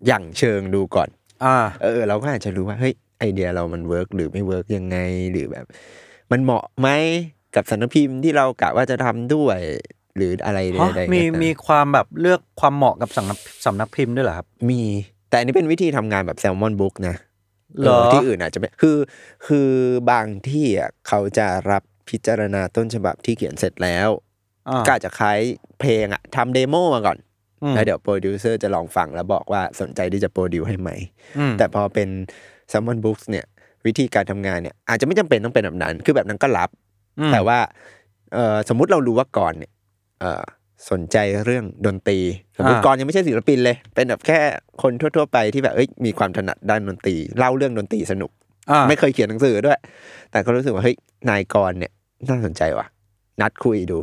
Speaker 2: อย่างเชิงดูก่อน
Speaker 3: อ่า
Speaker 2: เออเราก็อาจจะรู้ว่าเฮ้ยไอเดียเรามันเวิร์กหรือไม่เวิร์กยังไงหรือแบบ มันเหมาะไหมกับสำนักพิมพ์ที่เรากะว่าจะทำด้วย หรืออะไรใด
Speaker 3: ฮะ
Speaker 2: ๆก็
Speaker 3: มี
Speaker 2: ตาม
Speaker 3: มีความแบบเลือกความเหมาะกับสำนักสำนักพิมพ์ด้วยเหรอครับ
Speaker 2: มี แต่อันนี้เป็นวิธีทำงานแบบแซลมอนบุ๊กนะ
Speaker 3: เหรอ
Speaker 2: เออที่อื่นอาจจะไม่คือ คือบางที่อ่ะเขาจะรับพิจารณาต้นฉบับที่เขียนเสร็จแล้ว
Speaker 3: อ่า
Speaker 2: ก็อาจจะคล้ายเพลงอ่ะทำเดโมมาก่อน
Speaker 3: อืม
Speaker 2: แล้วเดี๋ยวโปรดิวเซอร์จะลองฟังแล้วบอกว่าสนใจที่จะโปรดิวให้ไหม
Speaker 3: อืม
Speaker 2: แต่พอเป็น s ซ m มอนบุ๊กเนี่ย วิธีการทำงานเนี่ย อาจจะไม่จำเป็นต้องเป็นแบบนั้น คือแบบนั้นก็รับ
Speaker 3: อืม
Speaker 2: แต่ว่าเอ่อสมมุติเรารู้ว่าก่อนเนี่ยเอ่อสนใจเรื่องดนตรี สมมติก่อนยังไม่ใช่ศิลปินเลย เป็นแบบแค่คนทั่ว ๆ ไปที่แบบเอ้ยมีความถนัดด้านดนตรี เล่าเรื่องดนตรีสนุก
Speaker 3: อ่า
Speaker 2: ไม่เคยเขียนหนังสือด้วย แต่ก็รู้สึกว่าเฮ้ยนายกรเนี่ยน่าสนใจว่ะ นัดคุยดู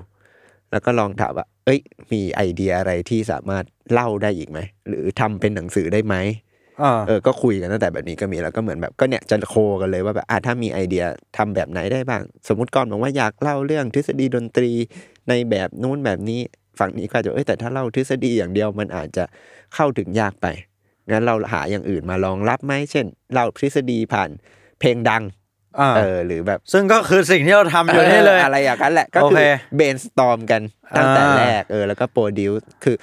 Speaker 2: แล้วก็ลองถามว่า เอ้ย มีไอเดียอะไรที่สามารถเล่าได้อีกไหมหรือทำเป็นหนังสือได้ไหม
Speaker 3: อ่า
Speaker 2: เออ ก็คุยกันตั้งแต่แบบนี้ก็มีแล้วก็เหมือนแบบก็เนี่ยจะโคกันเลยว่าแบบอ่ะถ้ามีไอเดียทำแบบไหนได้บ้าง สมมติก่อนบอกว่าอยากเล่าเรื่องทฤษฎีดนตรีในแบบนู้นแบบนี้ฝั่งนี้ก็อาจจะเอ้ยแต่ถ้าเล่าทฤษฎีอย่างเดียวมันอาจจะเข้าถึงยากไปงั้นเราหาอย่างอื่นมารองรับไหมเช่นเล่าทฤษฎีผ่านเพลงดัง
Speaker 3: อ่า
Speaker 2: เออหรือแบบ
Speaker 3: ซึ่งก็คือสิ่งที่เราทำอยู่นี่เลย
Speaker 2: อะไรอย่างนั้นแหละก็
Speaker 3: โอ
Speaker 2: คื
Speaker 3: เค
Speaker 2: อเบนสตอมกันตั้งแต่
Speaker 3: อ่า
Speaker 2: แรกเออแล้วก็โปรดิวคือ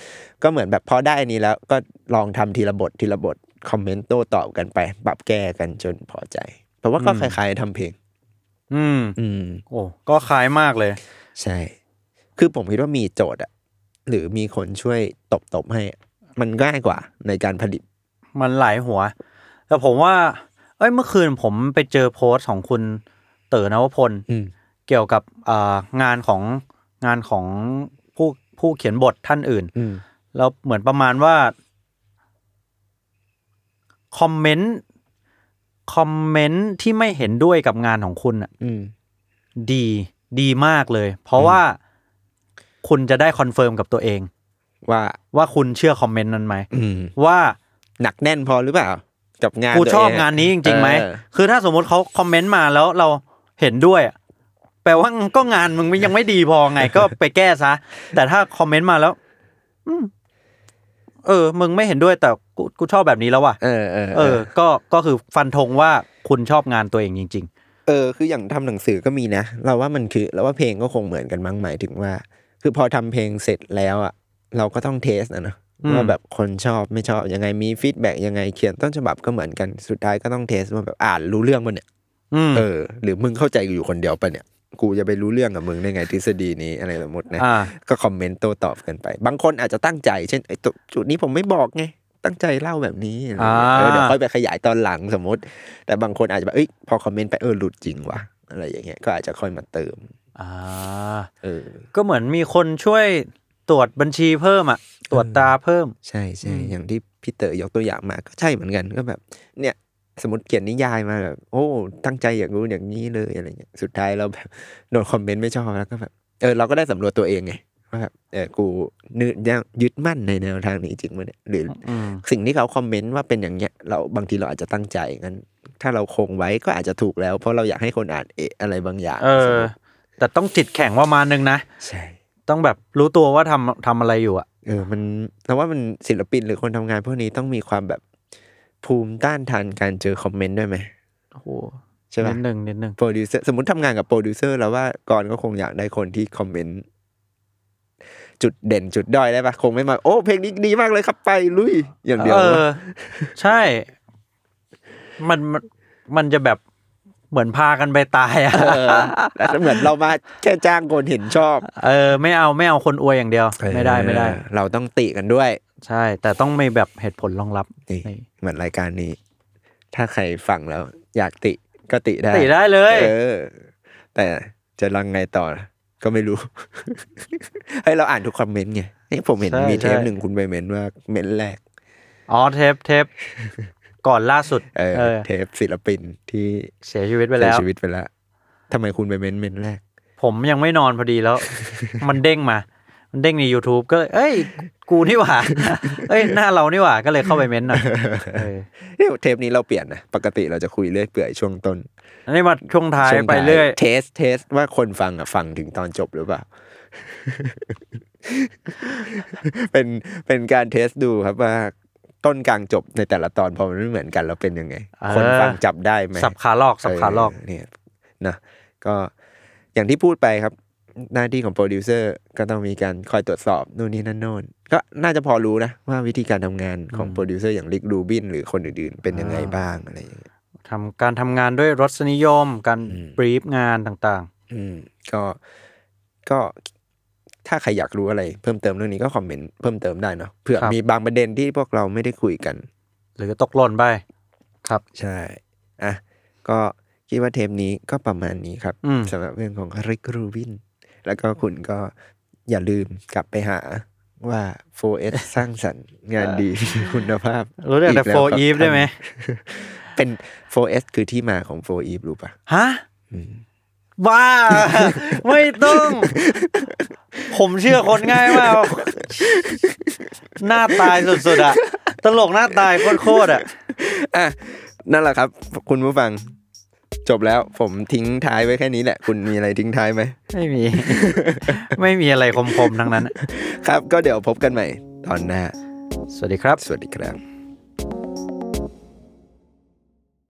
Speaker 2: ก็เหมือนแบบพอได้อันนี้แล้วก็ลองทำทีละบททีละบท คอมเมนต์โต้ตอบกันไป ปรับแก้กันจนพอใจ เพราะว่าก็คล้ายๆทำเพลง
Speaker 3: อืม
Speaker 2: อืม
Speaker 3: โอ้ก็คล้ายมากเลย
Speaker 2: ใช่ คือผมคิดว่ามีโจทย์อะหรือมีคนช่วยตบตบๆให้ มันง่ายกว่าในการผลิต
Speaker 3: มันหลายหัว แต่ผมว่า เอ้ยเมื่อคืนผมไปเจอโพสต์ของคุณเต๋อนวพล
Speaker 2: อืม
Speaker 3: เกี่ยวกับอ่างานของงานของผู้ผู้เขียนบทท่านอื่น
Speaker 2: อืม
Speaker 3: แล้วเหมือนประมาณว่าคอมเมนต์คอมเมนต์ที่ไม่เห็นด้วยกับงานของคุณอะ
Speaker 2: อืม
Speaker 3: ดีดีมากเลย เพราะว่าคุณจะได้คอนเฟิร์มกับตัวเอง
Speaker 2: ว่า
Speaker 3: ว่าคุณเชื่อคอมเมนต์นั้นไหม
Speaker 2: อืม
Speaker 3: ว่า
Speaker 2: หนักแน่นพอหรือเปล่า กับงาน
Speaker 3: กูชอบ
Speaker 2: ตัวเะ
Speaker 3: งานนี้จริงๆไหม
Speaker 2: เออ
Speaker 3: คือถ้าสมมติเขาคอมเมนต์มาแล้วเราเห็นด้วยอะแปลว่าก็งานมึงมันยังไม่ดีพอไง ก็ไปแก้ซะ แต่ถ้าคอมเมนต์มาแล้วอืมเออ มึงไม่เห็นด้วยแต่กูกูชอบแบบนี้แล้วว่ะ
Speaker 2: เออเออ
Speaker 3: เออ ก็ ก็คือฟันธงว่าคุณชอบงานตัวเองจริง
Speaker 2: เออ คืออย่างทำหนังสือก็มีนะ เราว่ามันคือเราว่าเพลงก็คงเหมือนกันมั้งหมายถึงว่า คือพอทำเพลงเสร็จแล้วอ่ะ เราก็ต้องเทสนะเนอะ
Speaker 3: อืม
Speaker 2: ว่าแบบคนชอบไม่ชอบยังไงมีฟีดแบ็กยังไงเขียนต้นฉบับก็เหมือนกันสุดท้ายก็ต้องเทสว่าแบบอ่านรู้เรื่องมันเนี่ย
Speaker 3: ๆ อืม
Speaker 2: เออ หรือมึงเข้าใจกูอยู่คนเดียวปะเนี่ย กูจะไปรู้เรื่องกับมึงได้ไงทฤษฎีนี้อะไรสมมตินะ
Speaker 3: อ่า
Speaker 2: ก็คอมเมนต์โต้ตอบกันไป บางคนอาจจะตั้งใจ เช่นไอ้ตัวจุดนี้ผมไม่บอกไง ตั้งใจเล่าแบบนี้อะไรอย่างเงี้ย
Speaker 3: อ่า
Speaker 2: เออเดี๋ยวค่อยไปขยายตอนหลังสมมติ แต่บางคนอาจจะแบบเอ้ยพอคอมเมนต์ไปเออหลุดจริงว่ะอะไรอย่างเงี้ยก็อาจจะค่อยมาเติม
Speaker 3: อ่า
Speaker 2: เออ
Speaker 3: ก็เหมือนมีคนช่วยตรวจบัญชีเพิ่มอ่ะ ตรวจตราเพิ่ม
Speaker 2: ใช่
Speaker 3: อื
Speaker 2: ใช่
Speaker 3: ม
Speaker 2: อย่างที่พี่เต๋อยกตัวอย่างมาก็ใช่เหมือนกันก็แบบ เนี่ยสมมติเขียนนิยายมาแบบโอ้ตั้งใจอย่างนู้นอย่างนี้เลยอะไรเงี้ยสุดท้ายเราแบบ [LAUGHS] โดนคอมเมนต์ไม่ชอบแล้วก็แบบเออเราก็ได้สำรวจตัวเองไงว่าแบบเออกูนึยึดมั่นในแนวทางนี้จริงมั้ยเนี่ยหรือ
Speaker 3: อืม
Speaker 2: สิ่งที่เขาคอมเมนต์ว่าเป็นอย่างเงี้ยเราบางทีเราอาจจะตั้งใจงั้น ถ้าเราคงไว้ก็อาจจะถูกแล้ว เพราะเราอยากให้คนอ่านเอะอะไรบางอย่าง
Speaker 3: เอ
Speaker 2: สม
Speaker 3: อ
Speaker 2: มุติ
Speaker 3: แต่ต้องจิตแข็งประมาณนึงนะ
Speaker 2: ใช่
Speaker 3: ต้องแบบรู้ตัวว่าทำทำอะไรอยู่อ่ะ
Speaker 2: เออมันเราว่ามันศิลปินหรือคนทำงานพวกนี้ต้องมีความแบบภูมิต้านทานการเจอคอมเมนต์ด้วยไหม
Speaker 3: โอ้โห
Speaker 2: ใช่ไหม
Speaker 3: นิดนึงนิดนึง
Speaker 2: โปรดิวเซอร์สมมติทำงานกับโปรดิวเซอร์แล้วว่าก่อนก็คงอยากได้คนที่คอมเมนต์จุดเด่นจุดด้อยได้ปะคงไม่มาโอ้เพลงนี้ดีมากเลยครับไปลุยอย่างเดียว
Speaker 3: เอ
Speaker 2: วะ
Speaker 3: อ ใช่ มันมันมันจะแบบเหมือนพากันไปตายอ่ะ
Speaker 2: เออ [LAUGHS] แล้วเหมือนเรามาแค่จ้างคนเห็นชอบ
Speaker 3: เออ ไม่เอาไม่เอาคนอวยอย่างเดียว ไม่ได้ไม่ได้
Speaker 2: เออเราต้องติกันด้วย
Speaker 3: ใช่ แต่ต้องมีแบบเหตุผลรองรับ
Speaker 2: นี่
Speaker 3: นี่
Speaker 2: เหมือนรายการนี้ ถ้าใครฟังแล้ว อยากติก็ติได้
Speaker 3: ติได้เลย
Speaker 2: เออ แต่จะรังไงต่อ ก็ไม่รู้ [LAUGHS] ให้ยเราอ่านทุกคอมเมนต์ไงเอ้ยผมเห็น
Speaker 3: ใช่
Speaker 2: มีเทป
Speaker 3: ใช่
Speaker 2: หนึ่งคุณไปเมนว่าเมนแรก
Speaker 3: อ๋อเทปเท
Speaker 2: [LAUGHS]
Speaker 3: ปก่อนล่าสุด
Speaker 2: เออ
Speaker 3: เออ
Speaker 2: เทปศิลปินที่
Speaker 3: เสียชีวิตไป
Speaker 2: เสี
Speaker 3: แล้
Speaker 2: ยว ชีวิตไปแล้วทำไมคุณไปเมนเมนแรก
Speaker 3: ผมยังไม่นอนพอดี
Speaker 2: [LAUGHS]
Speaker 3: แล้ว มันเด้งมา มันเด้งใน YouTube ก็เลยเอ้ย กูนี่หว่า [LAUGHS] เอ้ย หน้าเรานี่หว่า ก็เลยเข้าไปเม้นต์หน่อย
Speaker 2: [LAUGHS]
Speaker 3: เออ
Speaker 2: เนี่ยเทปนี้เราเปลี่ยนนะปกติเราจะคุยเรื่อยเปื่อยช่วงต้น
Speaker 3: อันนี้มาช่วงท้าย
Speaker 2: ช่วง
Speaker 3: ไปเรื่อย
Speaker 2: เทสเทสว่าคนฟังอ่ะฟังถึงตอนจบหรือเปล่า [LAUGHS] เป็นเป็นการเทสดูครับว่าต้นกลางจบในแต่ละตอนพอมันไม่เหมือนกันแล้วเป็นยังไง
Speaker 3: เออ
Speaker 2: คนฟังจับได้ไหม
Speaker 3: สับขาลอกสับขาลอก
Speaker 2: เเนี่ยนะก็อย่างที่พูดไปครับ หน้าที่ของโปรดิวเซอร์ก็ต้องมีการคอยตรวจสอบนู่นนี่นั่นโน่นก็น่าจะพอรู้นะว่าวิธีการทำงานของ
Speaker 3: อืม
Speaker 2: โปรดิวเซอร์อย่างลิกรูบินหรือคนอื่นๆ เป็นยังไงบ้างอะไรอย่างเงี้ย
Speaker 3: ทำการทำงานด้วยรสนิยม การ
Speaker 2: อืม
Speaker 3: บรีฟงานต่าง
Speaker 2: อืมก็ก็ถ้าใครอยากรู้อะไร เพิ่มเติมเรื่องนี้ก็คอมเมนต์เพิ่มเติมได้เนาะเผื่อมีบางประเด็นที่พวกเราไม่ได้คุยกัน
Speaker 3: ๆ หรือตกหล่นไป ครับ
Speaker 2: ใช่อ่ะก็คิดว่าเทปนี้ก็ประมาณนี้ครับ
Speaker 3: อืม
Speaker 2: สำหรับเรื่องของริกรูบิน แล้วก็คุณก็อย่าลืมกลับไปหาว่า 4S สร้างสรรค์งาน
Speaker 3: [LAUGHS]
Speaker 2: ดีมีคุณภาพ
Speaker 3: รู้เรื่องแต่
Speaker 2: ล้ว
Speaker 3: โฟ
Speaker 2: ครับ
Speaker 3: อีฟได้ไหม
Speaker 2: เป็น 4S คือที่มาของ 4Eve รู้ปะ
Speaker 3: ฮะ
Speaker 2: อืม
Speaker 3: บ้า [LAUGHS] ไม่ต้อง [LAUGHS] ผมเชื่อคนง่ายมาก
Speaker 2: [LAUGHS]
Speaker 3: หน้าตายสุดๆอะตลกหน้าตายโคตรๆอะ
Speaker 2: อ่ะนั่นแหละครับ คุณผู้ฟัง จบแล้วผมทิ้งท้ายไว้แค่นี้แหละ คุณมีอะไรทิ้งท้ายไหม
Speaker 3: ไม่มี [LAUGHS] ไม่มีอะไรคมๆ ทั้งนั้น
Speaker 2: ครับ ก็เดี๋ยวพบกันใหม่ตอนหน้า
Speaker 3: สวัสดีครับ
Speaker 2: สวัสดีครับ